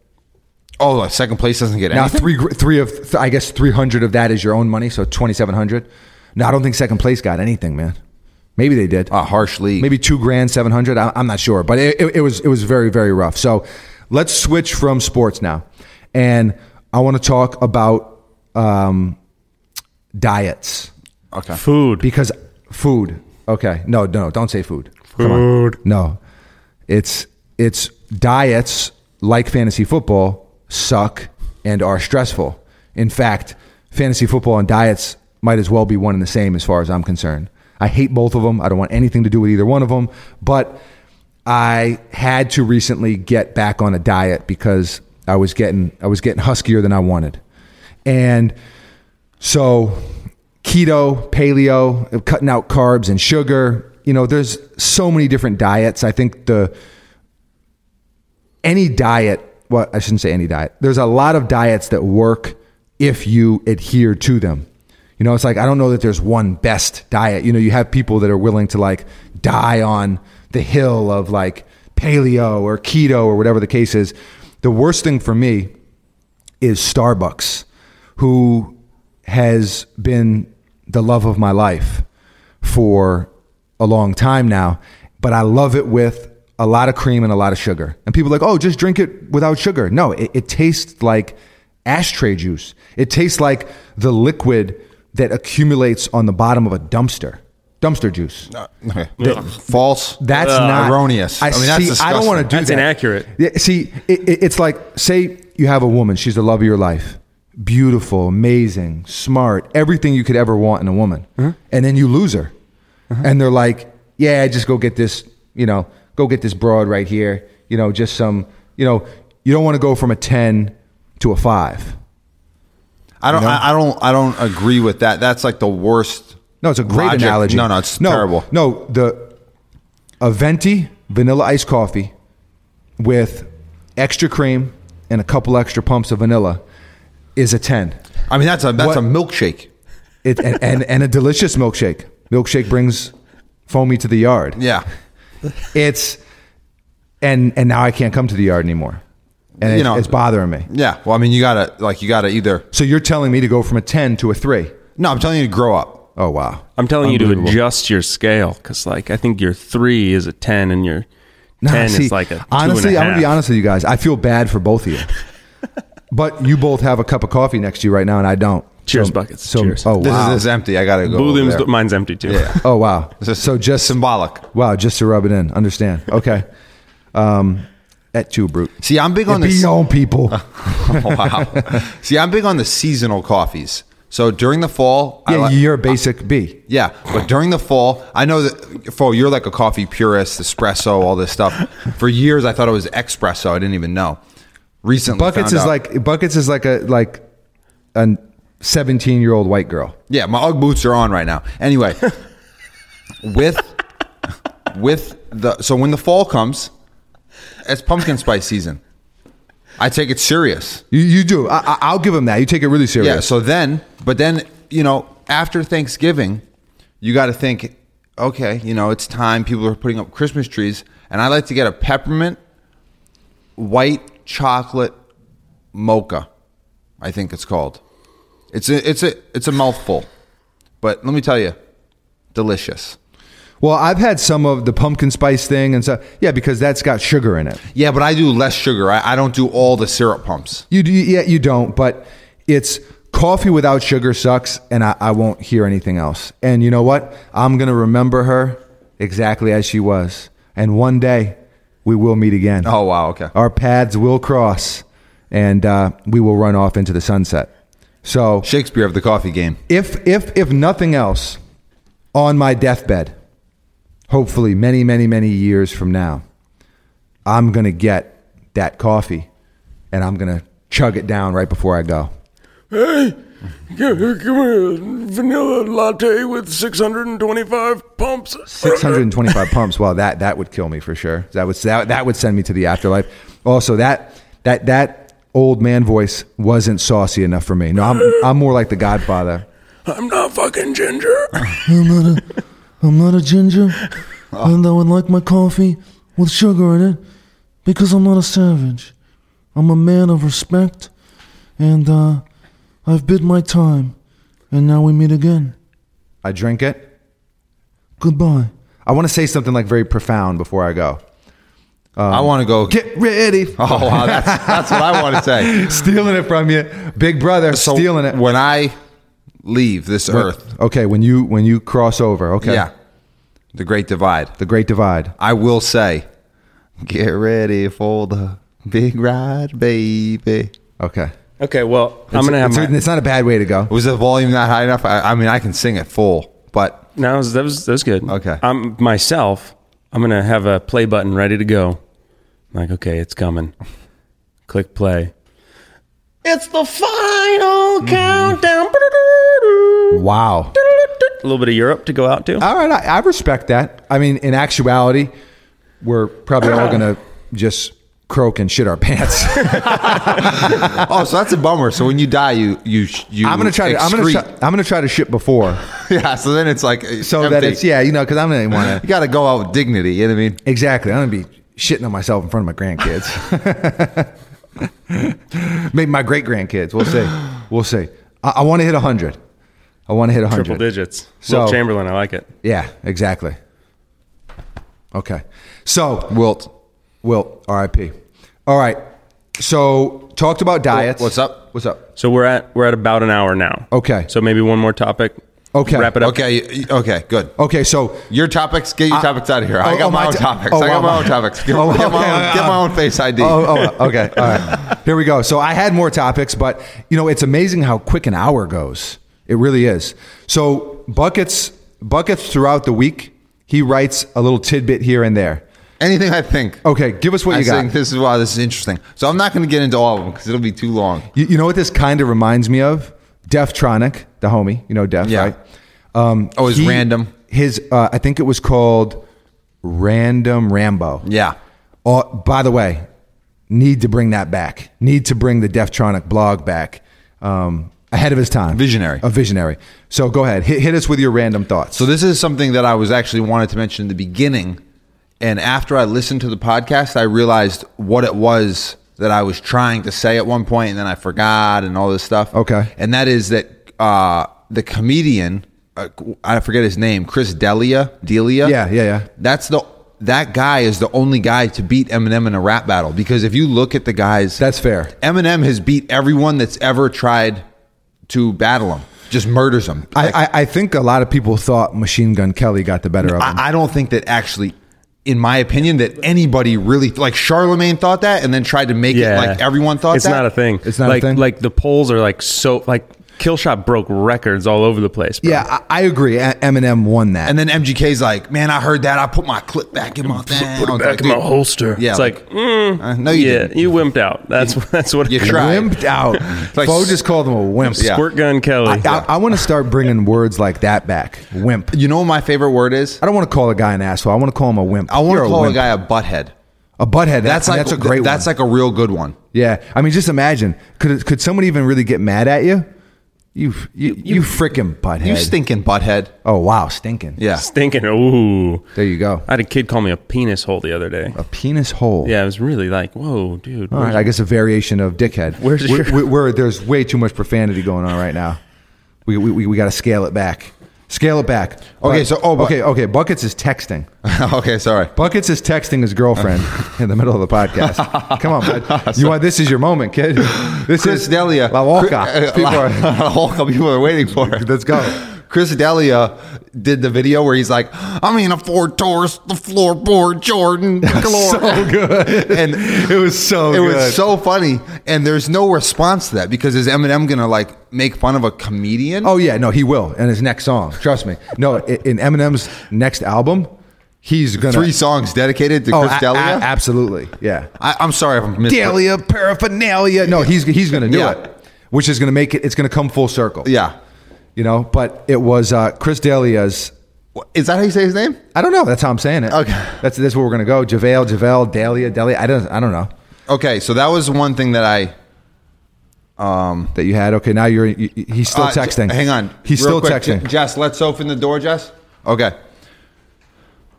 [SPEAKER 3] Oh, uh, second place doesn't get
[SPEAKER 2] Now
[SPEAKER 3] anything.
[SPEAKER 2] three gr- three of th- I guess three hundred of that is your own money, so twenty seven hundred. No, I don't think second place got anything, man. Maybe they did.
[SPEAKER 3] a Ah, harsh league.
[SPEAKER 2] maybe two grand, seven hundred. I'm not sure, but it, it, it was it was very very rough. So let's switch from sports now, and I want to talk about um, diets
[SPEAKER 3] Okay.
[SPEAKER 4] Food.
[SPEAKER 2] because food. Okay, no, no, don't say food.
[SPEAKER 4] food.
[SPEAKER 2] No, it's it's diets like fantasy football suck and are stressful. In fact, fantasy football and diets might as well be one and the same as far as I'm concerned. I hate both of them. I don't want anything to do with either one of them, but I had to recently get back on a diet because I was getting I was getting huskier than I wanted. And so, keto, paleo, uh, cutting out carbs and sugar. You know, there's so many different diets. I think the any diet, well, I shouldn't say any diet. There's a lot of diets that work if you adhere to them. You know, it's like I don't know that there's one best diet. You know, you have people that are willing to like die on the hill of like paleo or keto or whatever the case is. The worst thing for me is Starbucks, who has been the love of my life for a long time now. But I love it with a lot of cream and a lot of sugar. And people are like, oh, just drink it without sugar. No, it, it tastes like ashtray juice. It tastes like the liquid that accumulates on the bottom of a dumpster. Dumpster juice.
[SPEAKER 3] Okay. False.
[SPEAKER 2] That's
[SPEAKER 3] Uh,
[SPEAKER 2] not
[SPEAKER 3] erroneous.
[SPEAKER 2] I,
[SPEAKER 3] I mean,
[SPEAKER 2] see,
[SPEAKER 3] that's
[SPEAKER 2] I don't
[SPEAKER 3] disgusting.
[SPEAKER 2] want to do
[SPEAKER 4] That's
[SPEAKER 2] that.
[SPEAKER 4] inaccurate.
[SPEAKER 2] Yeah, see, it, it, it's like say you have a woman. She's the love of your life, beautiful, amazing, smart, everything you could ever want in a woman,
[SPEAKER 4] Uh-huh.
[SPEAKER 2] and then you lose her, and they're like, "Yeah, just go get this. You know, go get this broad right here. You know, just some. You know, you don't want to go from a ten to a five.
[SPEAKER 3] I don't. I, I don't. I don't agree with that. That's like the worst.
[SPEAKER 2] No, it's a great
[SPEAKER 3] logic.
[SPEAKER 2] analogy.
[SPEAKER 3] No, no, it's terrible.
[SPEAKER 2] No, the a venti vanilla iced coffee with extra cream and a couple extra pumps of vanilla is a 10.
[SPEAKER 3] I mean, that's a that's
[SPEAKER 2] What-
[SPEAKER 3] a milkshake.
[SPEAKER 2] It, and, and, and a delicious milkshake. Milkshake brings foamy to the yard.
[SPEAKER 3] Yeah.
[SPEAKER 2] It's, and, and now I can't come to the yard anymore. And
[SPEAKER 3] You
[SPEAKER 2] it's,
[SPEAKER 3] know-
[SPEAKER 2] it's bothering me.
[SPEAKER 3] Yeah. Well, I mean, you gotta like you gotta either.
[SPEAKER 2] So you're telling me to go from a 10 to a 3.
[SPEAKER 3] No, I'm telling you to grow up.
[SPEAKER 2] Oh, wow.
[SPEAKER 4] I'm telling you to
[SPEAKER 2] Unbelievable.
[SPEAKER 4] adjust your scale because, like, I think your three is a ten, and your
[SPEAKER 2] Nah,
[SPEAKER 4] ten
[SPEAKER 2] see,
[SPEAKER 4] is like a two
[SPEAKER 2] honestly.
[SPEAKER 4] And a
[SPEAKER 2] I'm gonna be
[SPEAKER 4] half.
[SPEAKER 2] honest with you guys. I feel bad for both of you, but you both have a cup of coffee next to you right now, and I don't.
[SPEAKER 4] Cheers,
[SPEAKER 2] So-
[SPEAKER 4] buckets.
[SPEAKER 2] So,
[SPEAKER 4] Cheers.
[SPEAKER 2] Oh
[SPEAKER 3] This
[SPEAKER 2] wow.
[SPEAKER 3] is, this is empty. I gotta go. over
[SPEAKER 4] Boolim's,
[SPEAKER 3] there.
[SPEAKER 4] mine's empty too.
[SPEAKER 3] Yeah.
[SPEAKER 2] oh wow.
[SPEAKER 3] This is
[SPEAKER 2] So just
[SPEAKER 3] symbolic.
[SPEAKER 2] wow, just to rub it in. Understand? Okay. Um, at you, brute.
[SPEAKER 3] See, I'm big on
[SPEAKER 2] Be
[SPEAKER 3] this.
[SPEAKER 2] your own people.
[SPEAKER 3] wow. See, I'm big on the seasonal coffees. So during the fall, I
[SPEAKER 2] yeah,
[SPEAKER 3] like-
[SPEAKER 2] you're a basic B.
[SPEAKER 3] Yeah, but during the fall, I know that Fo, you're like a coffee purist, espresso, all this stuff. For years, I thought it was espresso. I didn't even know. Recently,
[SPEAKER 2] Buckets
[SPEAKER 3] found
[SPEAKER 2] is
[SPEAKER 3] out-
[SPEAKER 2] like buckets is like a like a 17 year old white girl.
[SPEAKER 3] yeah, my UGG boots are on right now. Anyway, with with the so when the fall comes, it's pumpkin spice season. I take it serious.
[SPEAKER 2] You, you do. I, I, I'll give him that. You take it really serious.
[SPEAKER 3] Yeah. So then, but then, you know, after Thanksgiving, you got to think, okay, you know, it's time. People are putting up Christmas trees, and I like to get a peppermint white chocolate mocha. I think it's called. It's a it's a it's a mouthful, but let me tell you, delicious.
[SPEAKER 2] Well, I've had some of the pumpkin spice thing and stuff. Yeah, because that's got sugar in it.
[SPEAKER 3] Yeah, but I do less sugar. I, I don't do all the syrup pumps.
[SPEAKER 2] You do, yeah, you don't, but it's coffee without sugar sucks, and I, I won't hear anything else. And you know what? I'm gonna remember her exactly as she was, and one day we will meet again.
[SPEAKER 3] Oh wow, okay.
[SPEAKER 2] Our paths will cross, and uh, we will run off into the sunset. So
[SPEAKER 3] Shakespeare of the coffee game.
[SPEAKER 2] if if if nothing else, on my deathbed, hopefully many many many years from now, I'm gonna get that coffee, and I'm gonna chug it down right before I go.
[SPEAKER 6] Give me a vanilla latte with 625 pumps.
[SPEAKER 2] Six hundred and twenty-five pumps. Well, that that would kill me for sure. That would that, that would send me to the afterlife. Also, that that that old man voice wasn't saucy enough for me. No, I'm I'm more like the Godfather.
[SPEAKER 6] I'm not fucking ginger.
[SPEAKER 7] I'm not a ginger, and I would like my coffee with sugar in it because I'm not a savage. I'm a man of respect, and uh, I've bid my time, and now we meet again.
[SPEAKER 2] I drink it.
[SPEAKER 7] Goodbye.
[SPEAKER 2] I want to say something like very profound before I go.
[SPEAKER 3] I want to go.
[SPEAKER 2] Get ready.
[SPEAKER 3] oh wow, that's that's what I want to say.
[SPEAKER 2] stealing it from you, big brother,
[SPEAKER 3] So
[SPEAKER 2] stealing it.
[SPEAKER 3] When I leave this earth,
[SPEAKER 2] Okay, when you when you cross over, okay,
[SPEAKER 3] yeah, the great divide,
[SPEAKER 2] the great divide.
[SPEAKER 3] I will say, get ready for the big ride, baby.
[SPEAKER 2] Okay,
[SPEAKER 4] Okay. Well, I'm gonna have
[SPEAKER 2] it's,
[SPEAKER 4] my,
[SPEAKER 2] it's not a bad way to go.
[SPEAKER 3] Was the volume not high enough? I, I mean, I can sing it full, but
[SPEAKER 4] No, that was, that was that was good.
[SPEAKER 3] Okay.
[SPEAKER 4] I'm myself. I'm gonna have a play button ready to go. I'm like, okay, it's coming. Click play. It's the final countdown.
[SPEAKER 2] Wow.
[SPEAKER 4] A little bit of Europe to go out to.
[SPEAKER 2] All right, I, I respect that. I mean, in actuality, we're probably all gonna just croak and shit our pants.
[SPEAKER 3] oh, so that's a bummer. So when you die, you you you.
[SPEAKER 2] I'm gonna try. To, I'm gonna.
[SPEAKER 3] excrete.
[SPEAKER 2] Try, I'm gonna try to shit before,
[SPEAKER 3] yeah. So then it's like uh,
[SPEAKER 2] so that it's yeah, you know, because I'm gonna want
[SPEAKER 3] You
[SPEAKER 2] to.
[SPEAKER 3] got to go out with dignity. You know what I mean?
[SPEAKER 2] Exactly, I'm gonna be shitting on myself in front of my grandkids. Maybe my great grandkids. We'll see. We'll see. I, I want to hit hundred. I want to hit hundred.
[SPEAKER 4] Triple digits.
[SPEAKER 2] So-
[SPEAKER 4] Will Chamberlain. I like it.
[SPEAKER 2] Yeah, exactly. Okay. So,
[SPEAKER 3] Wilt,
[SPEAKER 2] Wilt, RIP. All right. So, talked about diets.
[SPEAKER 3] what's up?
[SPEAKER 2] What's up?
[SPEAKER 4] So we're at we're at about an hour now.
[SPEAKER 2] Okay.
[SPEAKER 4] So maybe one more topic.
[SPEAKER 2] Okay.
[SPEAKER 4] Wrap it up.
[SPEAKER 3] Okay, y- y- okay, good.
[SPEAKER 2] Okay, so
[SPEAKER 3] Your topics, get your topics out of here. I
[SPEAKER 2] oh,
[SPEAKER 3] got
[SPEAKER 2] oh,
[SPEAKER 3] my,
[SPEAKER 2] my
[SPEAKER 3] own
[SPEAKER 2] t-
[SPEAKER 3] topics.
[SPEAKER 2] oh,
[SPEAKER 3] I got
[SPEAKER 2] wow,
[SPEAKER 3] my own
[SPEAKER 2] my-
[SPEAKER 3] topics. Get,
[SPEAKER 2] Oh,
[SPEAKER 3] get
[SPEAKER 2] okay,
[SPEAKER 3] my own,
[SPEAKER 2] uh,
[SPEAKER 3] get my own face ID.
[SPEAKER 2] Oh, oh okay. All right. Here we go. So I had more topics, but you know, it's amazing how quick an hour goes. It really is. So buckets buckets throughout the week, he writes a little tidbit here and there.
[SPEAKER 3] Anything I think.
[SPEAKER 2] Okay, give us Oh, what
[SPEAKER 3] I
[SPEAKER 2] you got.
[SPEAKER 3] think this is wow, this is interesting. So I'm not going to get into all of them because it'll be too long.
[SPEAKER 2] You, you know what this kind of reminds me of? Deftronic, the homie. You know Def,
[SPEAKER 3] Yeah.
[SPEAKER 2] right? Um,
[SPEAKER 3] Oh, his random-
[SPEAKER 2] His, uh, I think it was called Random Rambo.
[SPEAKER 3] Yeah.
[SPEAKER 2] Oh, by the way, need to bring that back. Need to bring the Deftronic blog back. um, ahead of his time.
[SPEAKER 3] Visionary.
[SPEAKER 2] A visionary. So go ahead, hit, hit us with your random thoughts.
[SPEAKER 3] So this is something that I was actually wanted to mention in the beginning, and after I listened to the podcast, I realized what it was that I was trying to say at one point, and then I forgot, and all this stuff.
[SPEAKER 2] Okay.
[SPEAKER 3] and that is that uh, the comedian, uh, I forget his name, Chris Delia, Delia.
[SPEAKER 2] Yeah, yeah, yeah.
[SPEAKER 3] That's the that guy is the only guy to beat Eminem in a rap battle because if you look at the guys,
[SPEAKER 2] That's fair.
[SPEAKER 3] Eminem has beat everyone that's ever tried to battle him. Just murders him.
[SPEAKER 2] I, I, I think a lot of people thought Machine Gun Kelly got the better of him.
[SPEAKER 3] I, I don't think that actually, in my opinion, that anybody really like Charlemagne thought that and then tried to make
[SPEAKER 4] Yeah,
[SPEAKER 3] it like everyone thought
[SPEAKER 4] it's
[SPEAKER 3] that.
[SPEAKER 4] not a thing.
[SPEAKER 2] It's not a
[SPEAKER 4] like,
[SPEAKER 2] thing?
[SPEAKER 4] Like the polls are like so like Killshot broke records all over the place. Bro.
[SPEAKER 2] yeah, I, I agree. E- Eminem won that.
[SPEAKER 3] And then MGK's like, man, I heard that. I put my clip back in my thing.
[SPEAKER 4] put it back
[SPEAKER 3] Like,
[SPEAKER 4] in my holster.
[SPEAKER 3] Yeah,
[SPEAKER 4] it's like, mm,
[SPEAKER 3] uh, no, you
[SPEAKER 4] yeah,
[SPEAKER 3] didn't.
[SPEAKER 4] you wimped out. That's that's what
[SPEAKER 3] You
[SPEAKER 4] it is.
[SPEAKER 3] tried.
[SPEAKER 2] wimped out.
[SPEAKER 3] like
[SPEAKER 2] Bo
[SPEAKER 3] s-
[SPEAKER 2] just called him a wimp.
[SPEAKER 3] Yeah.
[SPEAKER 4] Squirt gun Kelly.
[SPEAKER 2] I, I, I want to start bringing words like that back. Wimp.
[SPEAKER 3] You know what my favorite word is?
[SPEAKER 2] I don't want to call a guy an asshole. I want to call him a wimp.
[SPEAKER 3] I want
[SPEAKER 2] You're
[SPEAKER 3] to call a,
[SPEAKER 2] wimp.
[SPEAKER 3] guy a butthead.
[SPEAKER 2] a butthead. That's,
[SPEAKER 3] That's like
[SPEAKER 2] that's a great.
[SPEAKER 3] That's
[SPEAKER 2] one.
[SPEAKER 3] like a real good one.
[SPEAKER 2] yeah. I mean, just imagine. Could could someone even really get mad at you? You you you, freaking butthead.
[SPEAKER 3] You stinking butthead.
[SPEAKER 2] Oh wow, stinking.
[SPEAKER 3] Yeah.
[SPEAKER 4] Stinking. Ooh.
[SPEAKER 2] There you go.
[SPEAKER 4] I had a kid call me a penis hole the other day.
[SPEAKER 2] A penis hole.
[SPEAKER 4] Yeah, it was really like, whoa, dude.
[SPEAKER 2] All
[SPEAKER 4] where's-
[SPEAKER 2] right, I guess a variation of dickhead.
[SPEAKER 4] Where's
[SPEAKER 2] We're-
[SPEAKER 4] your-
[SPEAKER 2] we're, we're- there's way too much profanity going on right now. We we, we, we got to scale it back. Scale it back.
[SPEAKER 3] Okay, so- oh, but-
[SPEAKER 2] okay, okay. Buckets is texting.
[SPEAKER 3] okay, sorry.
[SPEAKER 2] Buckets is texting his girlfriend in the middle of the podcast. Come on, bud. You want this is your moment, kid. This
[SPEAKER 3] Chris
[SPEAKER 2] is
[SPEAKER 3] Delia. uh,
[SPEAKER 2] La Walca. People are,
[SPEAKER 3] La Walca, people are waiting for it.
[SPEAKER 2] let's go.
[SPEAKER 3] Chris Delia did the video where he's like, I'm in a Ford Taurus, the floorboard Jordan, galore.
[SPEAKER 2] so good.
[SPEAKER 3] and
[SPEAKER 2] It was so.
[SPEAKER 3] it
[SPEAKER 2] good.
[SPEAKER 3] was so funny. And there's no response to that because is Eminem gonna like make fun of a comedian?
[SPEAKER 2] Oh yeah, no, he will in his next song. Trust me. No, i- in Eminem's next album, he's gonna
[SPEAKER 3] three songs dedicated to
[SPEAKER 2] Oh,
[SPEAKER 3] Chris
[SPEAKER 2] a- a-
[SPEAKER 3] Delia.
[SPEAKER 2] absolutely. Yeah.
[SPEAKER 3] I, I'm sorry if I'm mis-
[SPEAKER 2] Delia paraphernalia. No, he's he's gonna do
[SPEAKER 3] Yeah.
[SPEAKER 2] it, which is gonna make it. It's gonna come full circle.
[SPEAKER 3] Yeah,
[SPEAKER 2] You know, but it was uh, Chris Delia's.
[SPEAKER 3] is that how you say his name?
[SPEAKER 2] I don't know. That's how I'm saying it.
[SPEAKER 3] Okay.
[SPEAKER 2] That's that's where we're gonna go. Javale, Javale, Delia, Delia. I don't I don't know
[SPEAKER 3] Okay, so that was one thing that I
[SPEAKER 2] that you had. Okay, now you're you, you- he's still
[SPEAKER 3] Uh, J-
[SPEAKER 2] texting.
[SPEAKER 3] Hang on.
[SPEAKER 2] He's
[SPEAKER 3] Real
[SPEAKER 2] still
[SPEAKER 3] quick,
[SPEAKER 2] texting.
[SPEAKER 3] J- Jess, let's open the door, Jess. Okay.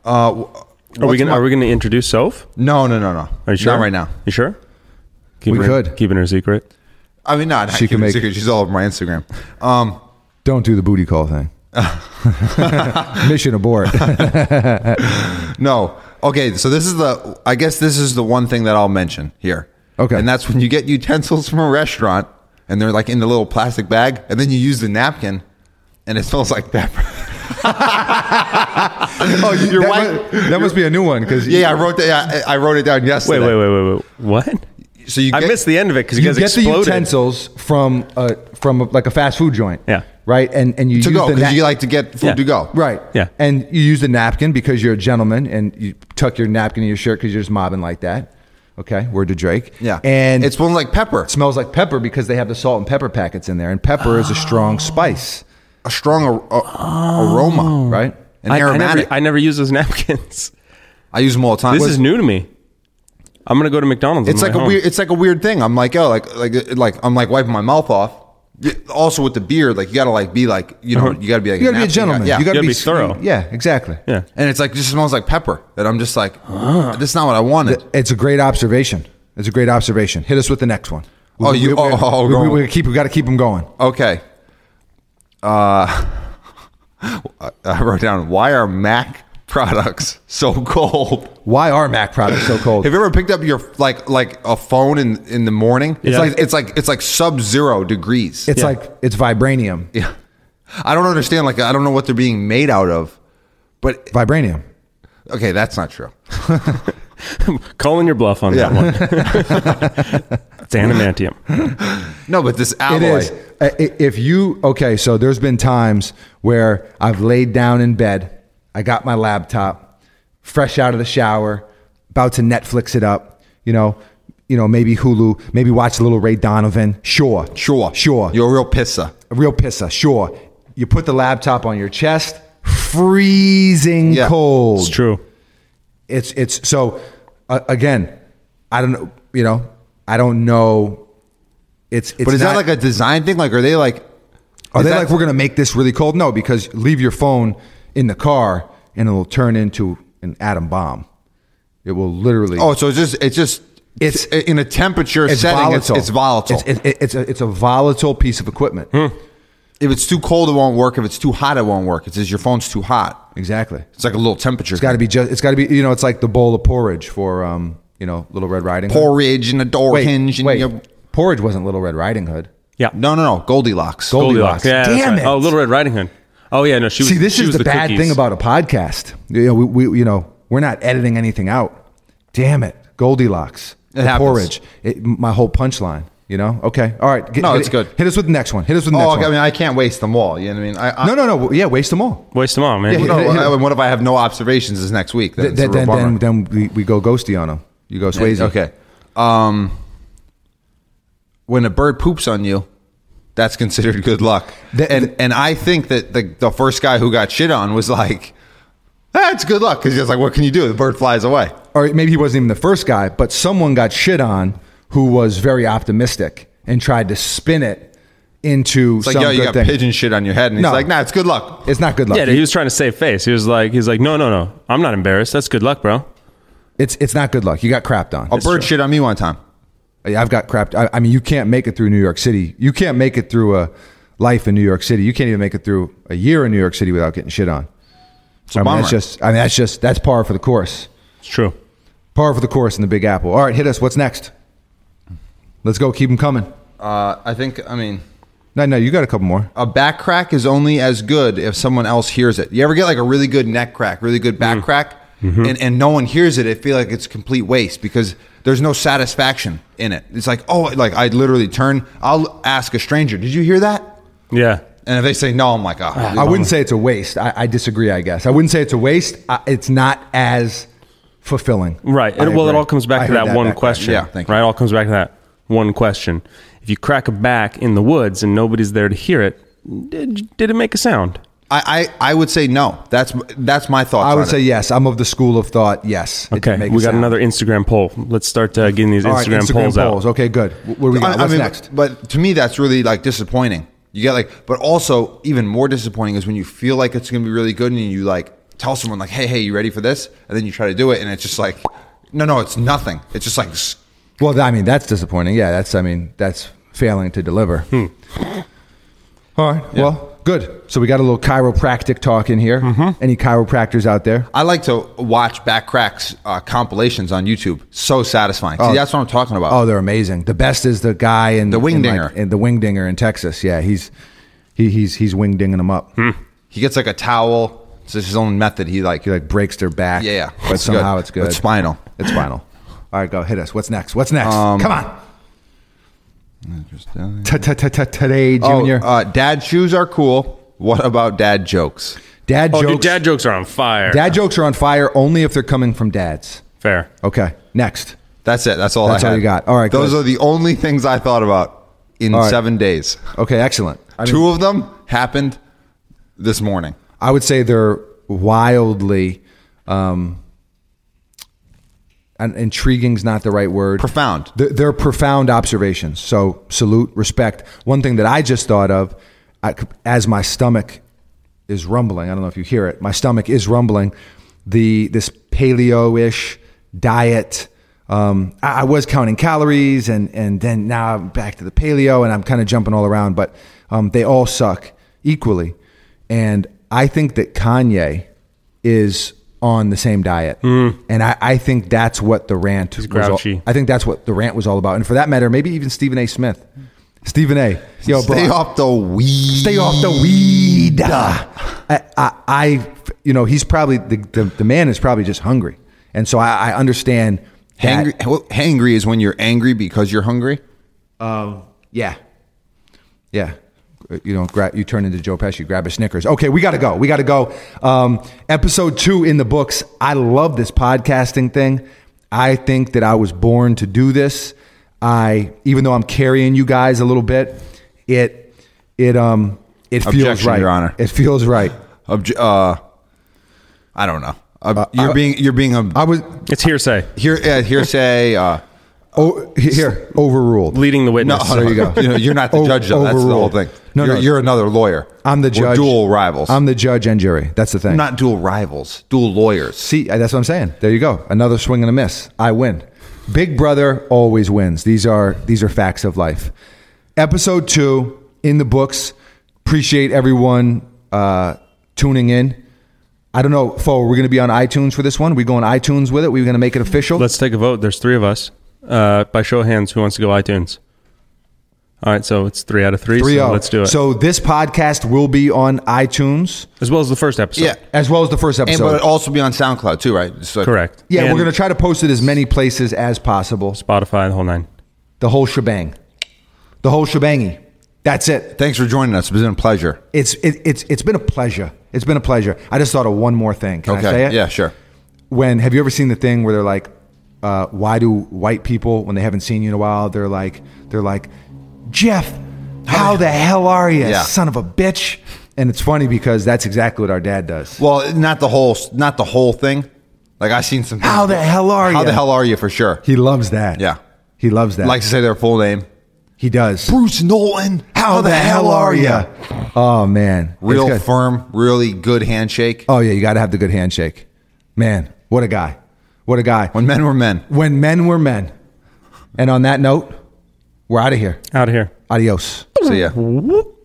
[SPEAKER 3] Uh, w-
[SPEAKER 4] are we
[SPEAKER 3] what's
[SPEAKER 4] gonna
[SPEAKER 3] my-
[SPEAKER 4] Are we gonna introduce Soph?
[SPEAKER 3] No, no, no, no.
[SPEAKER 4] Are you sure?
[SPEAKER 3] Not right now.
[SPEAKER 4] You sure? Keeping
[SPEAKER 2] We
[SPEAKER 4] her,
[SPEAKER 2] could.
[SPEAKER 4] keeping her a secret.
[SPEAKER 3] I mean, not.
[SPEAKER 2] She can make-
[SPEAKER 3] Secret. She's all over my Instagram. Um,
[SPEAKER 2] Don't do the booty call thing. Mission abort.
[SPEAKER 3] no. Okay. So this is the. I guess this is the one thing that I'll mention here.
[SPEAKER 2] Okay.
[SPEAKER 3] And that's when you get utensils from a restaurant, and they're like in the little plastic bag, and then you use the napkin, and it smells like pepper.
[SPEAKER 2] oh, you,
[SPEAKER 3] Your
[SPEAKER 2] that,
[SPEAKER 3] wife-
[SPEAKER 2] must, that must be a new one because
[SPEAKER 3] yeah, I wrote that. I, I wrote it down
[SPEAKER 4] Wait,
[SPEAKER 3] yesterday.
[SPEAKER 4] wait, wait, wait, wait. What?
[SPEAKER 3] So you.
[SPEAKER 4] I
[SPEAKER 3] Get,
[SPEAKER 4] missed the end of it because you,
[SPEAKER 2] you
[SPEAKER 4] guys
[SPEAKER 2] get
[SPEAKER 4] exploded.
[SPEAKER 2] the utensils from a from a, like a fast food joint.
[SPEAKER 4] Yeah.
[SPEAKER 2] Right, and and you
[SPEAKER 3] to
[SPEAKER 2] use
[SPEAKER 3] go
[SPEAKER 2] the
[SPEAKER 3] because
[SPEAKER 2] nap-
[SPEAKER 3] you like to get food
[SPEAKER 4] Yeah.
[SPEAKER 3] to go.
[SPEAKER 2] right.
[SPEAKER 4] Yeah.
[SPEAKER 2] and you use the napkin because you're a gentleman and you tuck your napkin in your shirt because you're just mobbing like that. Okay, word to Drake.
[SPEAKER 3] Yeah.
[SPEAKER 2] and
[SPEAKER 3] it's one like pepper.
[SPEAKER 2] it smells like pepper because they have the salt and pepper packets in there, and pepper is a strong spice,
[SPEAKER 3] a strong ar- a- aroma, right?
[SPEAKER 2] right?
[SPEAKER 3] An
[SPEAKER 4] I, I
[SPEAKER 3] aromatic.
[SPEAKER 4] never,
[SPEAKER 3] I,
[SPEAKER 4] I never use those napkins.
[SPEAKER 3] use them all the time.
[SPEAKER 4] This is new to me. I'm gonna go to McDonald's. on
[SPEAKER 3] It's
[SPEAKER 4] the
[SPEAKER 3] like
[SPEAKER 4] way
[SPEAKER 3] a
[SPEAKER 4] home.
[SPEAKER 3] weird. It's like a weird thing. I'm like, oh, like like like I'm like wiping my mouth off. Y- Also with the beard, like you gotta like be like you know you gotta be like
[SPEAKER 2] You got to be a
[SPEAKER 3] nasty guy.
[SPEAKER 2] gentleman.
[SPEAKER 3] Yeah,
[SPEAKER 2] You got to
[SPEAKER 4] Gotta
[SPEAKER 2] be,
[SPEAKER 4] be thorough.
[SPEAKER 2] Yeah, exactly.
[SPEAKER 4] Yeah.
[SPEAKER 3] and it's like it just smells like pepper. That I'm just like, that's not what I wanted.
[SPEAKER 2] It's a great observation. It's a great observation. Hit us with the next one.
[SPEAKER 3] Oh, you-
[SPEAKER 2] We,
[SPEAKER 3] oh, oh,
[SPEAKER 2] we, we,
[SPEAKER 3] going-
[SPEAKER 2] we keep. We got to keep them going.
[SPEAKER 3] okay. Uh, I wrote down why are Mac products so cold?
[SPEAKER 2] Why are Mac products so cold?
[SPEAKER 3] Have you ever picked up your like like a phone in in the morning? It's
[SPEAKER 4] Yeah.
[SPEAKER 3] like it's like it's like sub zero degrees.
[SPEAKER 2] It's like it's vibranium.
[SPEAKER 3] Yeah. I don't understand. Like, I don't know what they're being made out of. But,
[SPEAKER 2] Vibranium.
[SPEAKER 3] okay, that's not true.
[SPEAKER 4] Calling your bluff on
[SPEAKER 3] Yeah.
[SPEAKER 4] that one. it's animantium.
[SPEAKER 3] No, but this
[SPEAKER 2] It
[SPEAKER 3] alloy.
[SPEAKER 2] is. I- i- If you okay, so there's been times where I've laid down in bed, I got my laptop, fresh out of the shower, about to Netflix it up, you know, you know, maybe Hulu, maybe watch a little Ray Donovan. Sure.
[SPEAKER 3] Sure.
[SPEAKER 2] Sure.
[SPEAKER 3] You're a real pisser.
[SPEAKER 2] a real pisser, sure. You put the laptop on your chest, freezing
[SPEAKER 3] Yeah.
[SPEAKER 2] cold.
[SPEAKER 4] It's true.
[SPEAKER 2] it's it's so uh, again i don't know you know i don't know It's, it's
[SPEAKER 3] but is
[SPEAKER 2] not-
[SPEAKER 3] that like a design thing? Like, are they like?
[SPEAKER 2] Are
[SPEAKER 3] is
[SPEAKER 2] they
[SPEAKER 3] that-
[SPEAKER 2] like we're going to make this really cold? No, because leave your phone in the car and it'll turn into an atom bomb. It will literally.
[SPEAKER 3] Oh, so it's just it's just
[SPEAKER 2] It's-
[SPEAKER 3] it's in a temperature setting. It's, it's volatile. Hmm.
[SPEAKER 2] It's, it- it's a, it's a volatile piece of equipment.
[SPEAKER 3] if it's too cold, it won't work. If it's too hot, it won't work. It's just your phone's too hot.
[SPEAKER 2] Exactly.
[SPEAKER 3] It's like a little temperature.
[SPEAKER 2] It's got to be just. It's got to be. You know, it's like the bowl of porridge for um. You know, Little Red Riding. Hood.
[SPEAKER 3] porridge and a door
[SPEAKER 2] Wait,
[SPEAKER 3] hinge. And
[SPEAKER 2] wait.
[SPEAKER 3] your-
[SPEAKER 2] Porridge wasn't Little Red Riding Hood.
[SPEAKER 4] Yeah.
[SPEAKER 3] no, no, no. Goldilocks.
[SPEAKER 2] Goldilocks.
[SPEAKER 4] Yeah, that's
[SPEAKER 2] Damn
[SPEAKER 4] right.
[SPEAKER 2] it.
[SPEAKER 4] Oh, Little Red Riding Hood. Oh yeah, no, she was.
[SPEAKER 2] See, this
[SPEAKER 4] she
[SPEAKER 2] is
[SPEAKER 4] was
[SPEAKER 2] the, bad
[SPEAKER 4] cookies.
[SPEAKER 2] thing about a podcast. You know, we, we you know we're not editing anything out. Damn it, Goldilocks, the
[SPEAKER 3] It happens.
[SPEAKER 2] porridge. It, my whole punchline. You know. Okay. All right. Get-
[SPEAKER 3] No,
[SPEAKER 2] hit-
[SPEAKER 3] it's good.
[SPEAKER 2] Hit us with the next one. Hit us with the
[SPEAKER 3] Oh,
[SPEAKER 2] next
[SPEAKER 3] I
[SPEAKER 2] one.
[SPEAKER 3] mean, I can't waste them all. You know what I mean? I, I,
[SPEAKER 2] no, no, no. Yeah, waste them all.
[SPEAKER 4] Waste them all, man.
[SPEAKER 2] Yeah,
[SPEAKER 3] No,
[SPEAKER 2] Hit- hit-
[SPEAKER 3] I- what if I have no observations this next week?
[SPEAKER 2] Th-
[SPEAKER 3] Then, it's a
[SPEAKER 2] th-
[SPEAKER 3] real
[SPEAKER 2] then,
[SPEAKER 3] bummer.
[SPEAKER 2] then, then we, we go ghosty on them. You go Swayze.
[SPEAKER 3] Okay. Um, when a bird poops on you, that's considered good luck.
[SPEAKER 2] That-
[SPEAKER 3] and and I think that the the first guy who got shit on was like, that's good luck because he's like, what can you do? The bird flies away.
[SPEAKER 2] Or maybe he wasn't even the first guy, but someone got shit on who was very optimistic and tried to spin it into
[SPEAKER 3] It's like,
[SPEAKER 2] some
[SPEAKER 3] yo,
[SPEAKER 2] good
[SPEAKER 3] you got
[SPEAKER 2] thing.
[SPEAKER 3] pigeon shit on your head, and he's
[SPEAKER 2] No.
[SPEAKER 3] like, nah, it's good luck.
[SPEAKER 2] It's not good luck.
[SPEAKER 4] Yeah, he was trying to save face. He was like, he's like, no, no, no, I'm not embarrassed. That's good luck, bro.
[SPEAKER 2] it's it's not good luck. You got crapped on.
[SPEAKER 3] A bird shit on me one time.
[SPEAKER 2] Yeah, I've got crapped. I, I mean, you can't make it through New York City. You can't make it through a life in New York City. You can't even make it through a year in New York City without getting shit on. I
[SPEAKER 3] a
[SPEAKER 2] mean,
[SPEAKER 3] bummer.
[SPEAKER 2] that's just. I mean, that's just. That's par for the course.
[SPEAKER 4] It's true.
[SPEAKER 2] Par for the course in the Big Apple. All right, hit us. What's next? Let's go. Keep them coming.
[SPEAKER 3] Uh, I think, I mean,
[SPEAKER 2] No, no, you got a couple more.
[SPEAKER 3] a back crack is only as good if someone else hears it. You ever get like a really good neck crack, really good
[SPEAKER 2] Mm.
[SPEAKER 3] back crack,
[SPEAKER 2] Mm-hmm.
[SPEAKER 3] and, and no one hears it, it feel like it's complete waste because there's no satisfaction in it. It's like, oh, like I literally turn, I'll ask a stranger, did you hear that?
[SPEAKER 4] Yeah.
[SPEAKER 3] And if they say no, I'm like, oh,
[SPEAKER 2] I wouldn't say it's a waste. I, I disagree. I guess I wouldn't say it's a waste. I, it's not as fulfilling.
[SPEAKER 4] Right.
[SPEAKER 2] I
[SPEAKER 4] It, well, it
[SPEAKER 2] agree.
[SPEAKER 4] all comes back
[SPEAKER 2] I
[SPEAKER 4] to
[SPEAKER 2] heard
[SPEAKER 4] that, one
[SPEAKER 2] back then.
[SPEAKER 4] question.
[SPEAKER 3] Yeah, thank you.
[SPEAKER 4] Right. It all comes back to that one question. If you crack a back in the woods and nobody's there to hear it, did, did it make a sound?
[SPEAKER 3] I, I, I would say no. That's that's my thoughts.
[SPEAKER 2] I
[SPEAKER 3] on
[SPEAKER 2] would
[SPEAKER 3] it.
[SPEAKER 2] say yes. I'm of the school of thought. Yes. It
[SPEAKER 4] Okay.
[SPEAKER 2] did
[SPEAKER 4] We
[SPEAKER 2] make
[SPEAKER 4] got
[SPEAKER 2] a sound.
[SPEAKER 4] another Instagram poll. Let's start uh, getting these
[SPEAKER 2] All right,
[SPEAKER 4] Instagram, polls, out.
[SPEAKER 2] Okay, good. What do we got?
[SPEAKER 3] I- I
[SPEAKER 2] What's
[SPEAKER 3] mean,
[SPEAKER 2] next?
[SPEAKER 3] But, but to me, that's really like disappointing. You get like, but also even more disappointing is when you feel like it's going to be really good and you like tell someone like, "Hey, hey, you ready for this?" And then you try to do it, and it's just like, no, no, it's nothing. It's just like, s-
[SPEAKER 2] Well, I mean, that's disappointing. Yeah, that's. I mean, that's failing to deliver.
[SPEAKER 4] Hmm.
[SPEAKER 2] All right. Well, good. So we got a little chiropractic talk in here.
[SPEAKER 4] Mm-hmm.
[SPEAKER 2] Any chiropractors out there?
[SPEAKER 3] I like to watch back cracks uh, compilations on YouTube. So satisfying. See, that's what I'm talking about.
[SPEAKER 2] Oh, they're amazing. The best is the guy in
[SPEAKER 3] The
[SPEAKER 2] in, like,
[SPEAKER 3] wingdinger.
[SPEAKER 2] in the wingdinger in Texas. Yeah, he's he, he's he's wingdinging them up.
[SPEAKER 3] Hmm. he gets like a towel. It's just his own method. He like,
[SPEAKER 2] He like breaks their back.
[SPEAKER 3] Yeah, yeah.
[SPEAKER 2] But
[SPEAKER 3] It's
[SPEAKER 2] somehow
[SPEAKER 3] good.
[SPEAKER 2] it's good.
[SPEAKER 3] It's spinal.
[SPEAKER 2] It's spinal. All right, go hit us. What's next? What's next?
[SPEAKER 3] Um,
[SPEAKER 2] Come on. Ta- ta- ta- ta- Today, Junior.
[SPEAKER 3] Oh, uh, dad shoes are cool. What about dad jokes?
[SPEAKER 2] Dad
[SPEAKER 4] Oh,
[SPEAKER 2] jokes.
[SPEAKER 4] dude, dad jokes are on fire.
[SPEAKER 2] Dad jokes are on fire only if they're coming from dads.
[SPEAKER 4] Fair.
[SPEAKER 2] Okay, next.
[SPEAKER 3] That's it. That's all.
[SPEAKER 2] That's
[SPEAKER 3] I
[SPEAKER 2] all
[SPEAKER 3] had.
[SPEAKER 2] you got. All right,
[SPEAKER 3] Those
[SPEAKER 2] good.
[SPEAKER 3] are the only things I thought about in
[SPEAKER 2] All right.
[SPEAKER 3] seven days.
[SPEAKER 2] Okay, excellent. I, mean,
[SPEAKER 3] Two of them happened this morning.
[SPEAKER 2] I would say they're wildly um, and intriguing's not the right word.
[SPEAKER 3] Profound.
[SPEAKER 2] They're, they're profound observations. So salute, respect. One thing that I just thought of, I, c- as my stomach is rumbling. I don't know if you hear it. My stomach is rumbling. The this paleo-ish diet. Um, I, I was counting calories, and and then now I'm back to the paleo, and I'm kind of jumping all around. But um, they all suck equally, and I think that Kanye is on the same diet, and I, I think that's what the rant was. All,
[SPEAKER 4] grouchy.
[SPEAKER 2] I think that's what the rant was all about, and for that matter, maybe even Stephen A. Smith. Stephen A. Yo, bro,
[SPEAKER 3] Stay off the weed.
[SPEAKER 2] stay off the weed. I, I, I you know, he's probably the, the the man is probably just hungry, and so I, I understand. that-
[SPEAKER 3] Hangry, well, hangry is when you're angry because you're hungry.
[SPEAKER 2] yeah, yeah. You know, grab, you turn into Joe Pesci. Grab a Snickers. Okay, we gotta go. We gotta go. Um, episode two in the books. I love this podcasting thing. I think that I was born to do this. I, even though I'm carrying you guys a little bit, it, it, um, it feels
[SPEAKER 3] Objection,
[SPEAKER 2] right.
[SPEAKER 3] Your Honor.
[SPEAKER 2] It feels right.
[SPEAKER 3] Obj- uh, I don't know. Ob- you're being you're being a
[SPEAKER 2] Uh, I was
[SPEAKER 4] It's hearsay.
[SPEAKER 3] here, uh, hearsay. Uh,
[SPEAKER 2] Oh, he- here, overruled.
[SPEAKER 4] Leading the witness.
[SPEAKER 2] There you go.
[SPEAKER 3] You know, you're not the
[SPEAKER 2] O-
[SPEAKER 3] judge, though. That's the whole
[SPEAKER 2] overruled.
[SPEAKER 3] thing.
[SPEAKER 2] No,
[SPEAKER 3] you're,
[SPEAKER 2] no.
[SPEAKER 3] you're another lawyer.
[SPEAKER 2] I'm the
[SPEAKER 3] We're
[SPEAKER 2] judge.
[SPEAKER 3] dual rivals.
[SPEAKER 2] I'm the judge and jury. That's the thing.
[SPEAKER 3] not dual rivals, dual lawyers.
[SPEAKER 2] See, that's what I'm saying. There you go. Another swing and a miss. I win. Big Brother always wins. These are these are facts of life. Episode two in the books. Appreciate everyone uh, tuning in. I don't know, Fo, we're going to be on iTunes for this one. We go on iTunes with it. We're going to make it official.
[SPEAKER 4] Let's take a vote. There's three of us. Uh, by show of hands, who wants to go iTunes? All right, so it's three out of three. so
[SPEAKER 2] 3-0.
[SPEAKER 4] let's do it.
[SPEAKER 2] oh. So this podcast will be on iTunes
[SPEAKER 4] as well as the first episode.
[SPEAKER 3] Yeah.
[SPEAKER 2] as well as the first
[SPEAKER 3] And
[SPEAKER 2] episode.
[SPEAKER 3] but it'll also be on SoundCloud too, right? It's like-
[SPEAKER 4] correct.
[SPEAKER 2] yeah,
[SPEAKER 4] And
[SPEAKER 2] we're going to try to post it as many places as possible.
[SPEAKER 4] Spotify the whole nine.
[SPEAKER 2] The whole shebang. The whole shebangy. That's it.
[SPEAKER 3] Thanks for joining us. It's been a pleasure.
[SPEAKER 2] It's it, it's it's been a pleasure. It's been a pleasure. I just thought of one more thing. Can I say
[SPEAKER 3] Okay.
[SPEAKER 2] it?
[SPEAKER 3] Yeah, sure.
[SPEAKER 2] When have you ever seen the thing where they're like, uh, why do white people when they haven't seen you in a while they're like they're like, Jeff, how the hell are you,
[SPEAKER 3] Yeah.
[SPEAKER 2] son of a bitch? And it's funny because that's exactly what our dad does.
[SPEAKER 3] Well, not the whole, not the whole thing. Like I seen some.
[SPEAKER 2] How the hell are
[SPEAKER 3] How
[SPEAKER 2] you?
[SPEAKER 3] the hell are you for sure?
[SPEAKER 2] He loves that.
[SPEAKER 3] Yeah.
[SPEAKER 2] he loves that.
[SPEAKER 3] Likes to say their full name.
[SPEAKER 2] he does.
[SPEAKER 3] Bruce Nolan.
[SPEAKER 2] How the hell are you? Oh man, It's
[SPEAKER 3] Real
[SPEAKER 2] good.
[SPEAKER 3] firm, really good handshake.
[SPEAKER 2] Oh yeah, you got to have the good handshake. Man, what a guy. What a guy.
[SPEAKER 3] When men were men.
[SPEAKER 2] when men were men. And on that note, we're out of here.
[SPEAKER 4] Out of here.
[SPEAKER 2] Adios.
[SPEAKER 3] See ya.
[SPEAKER 4] Whoop.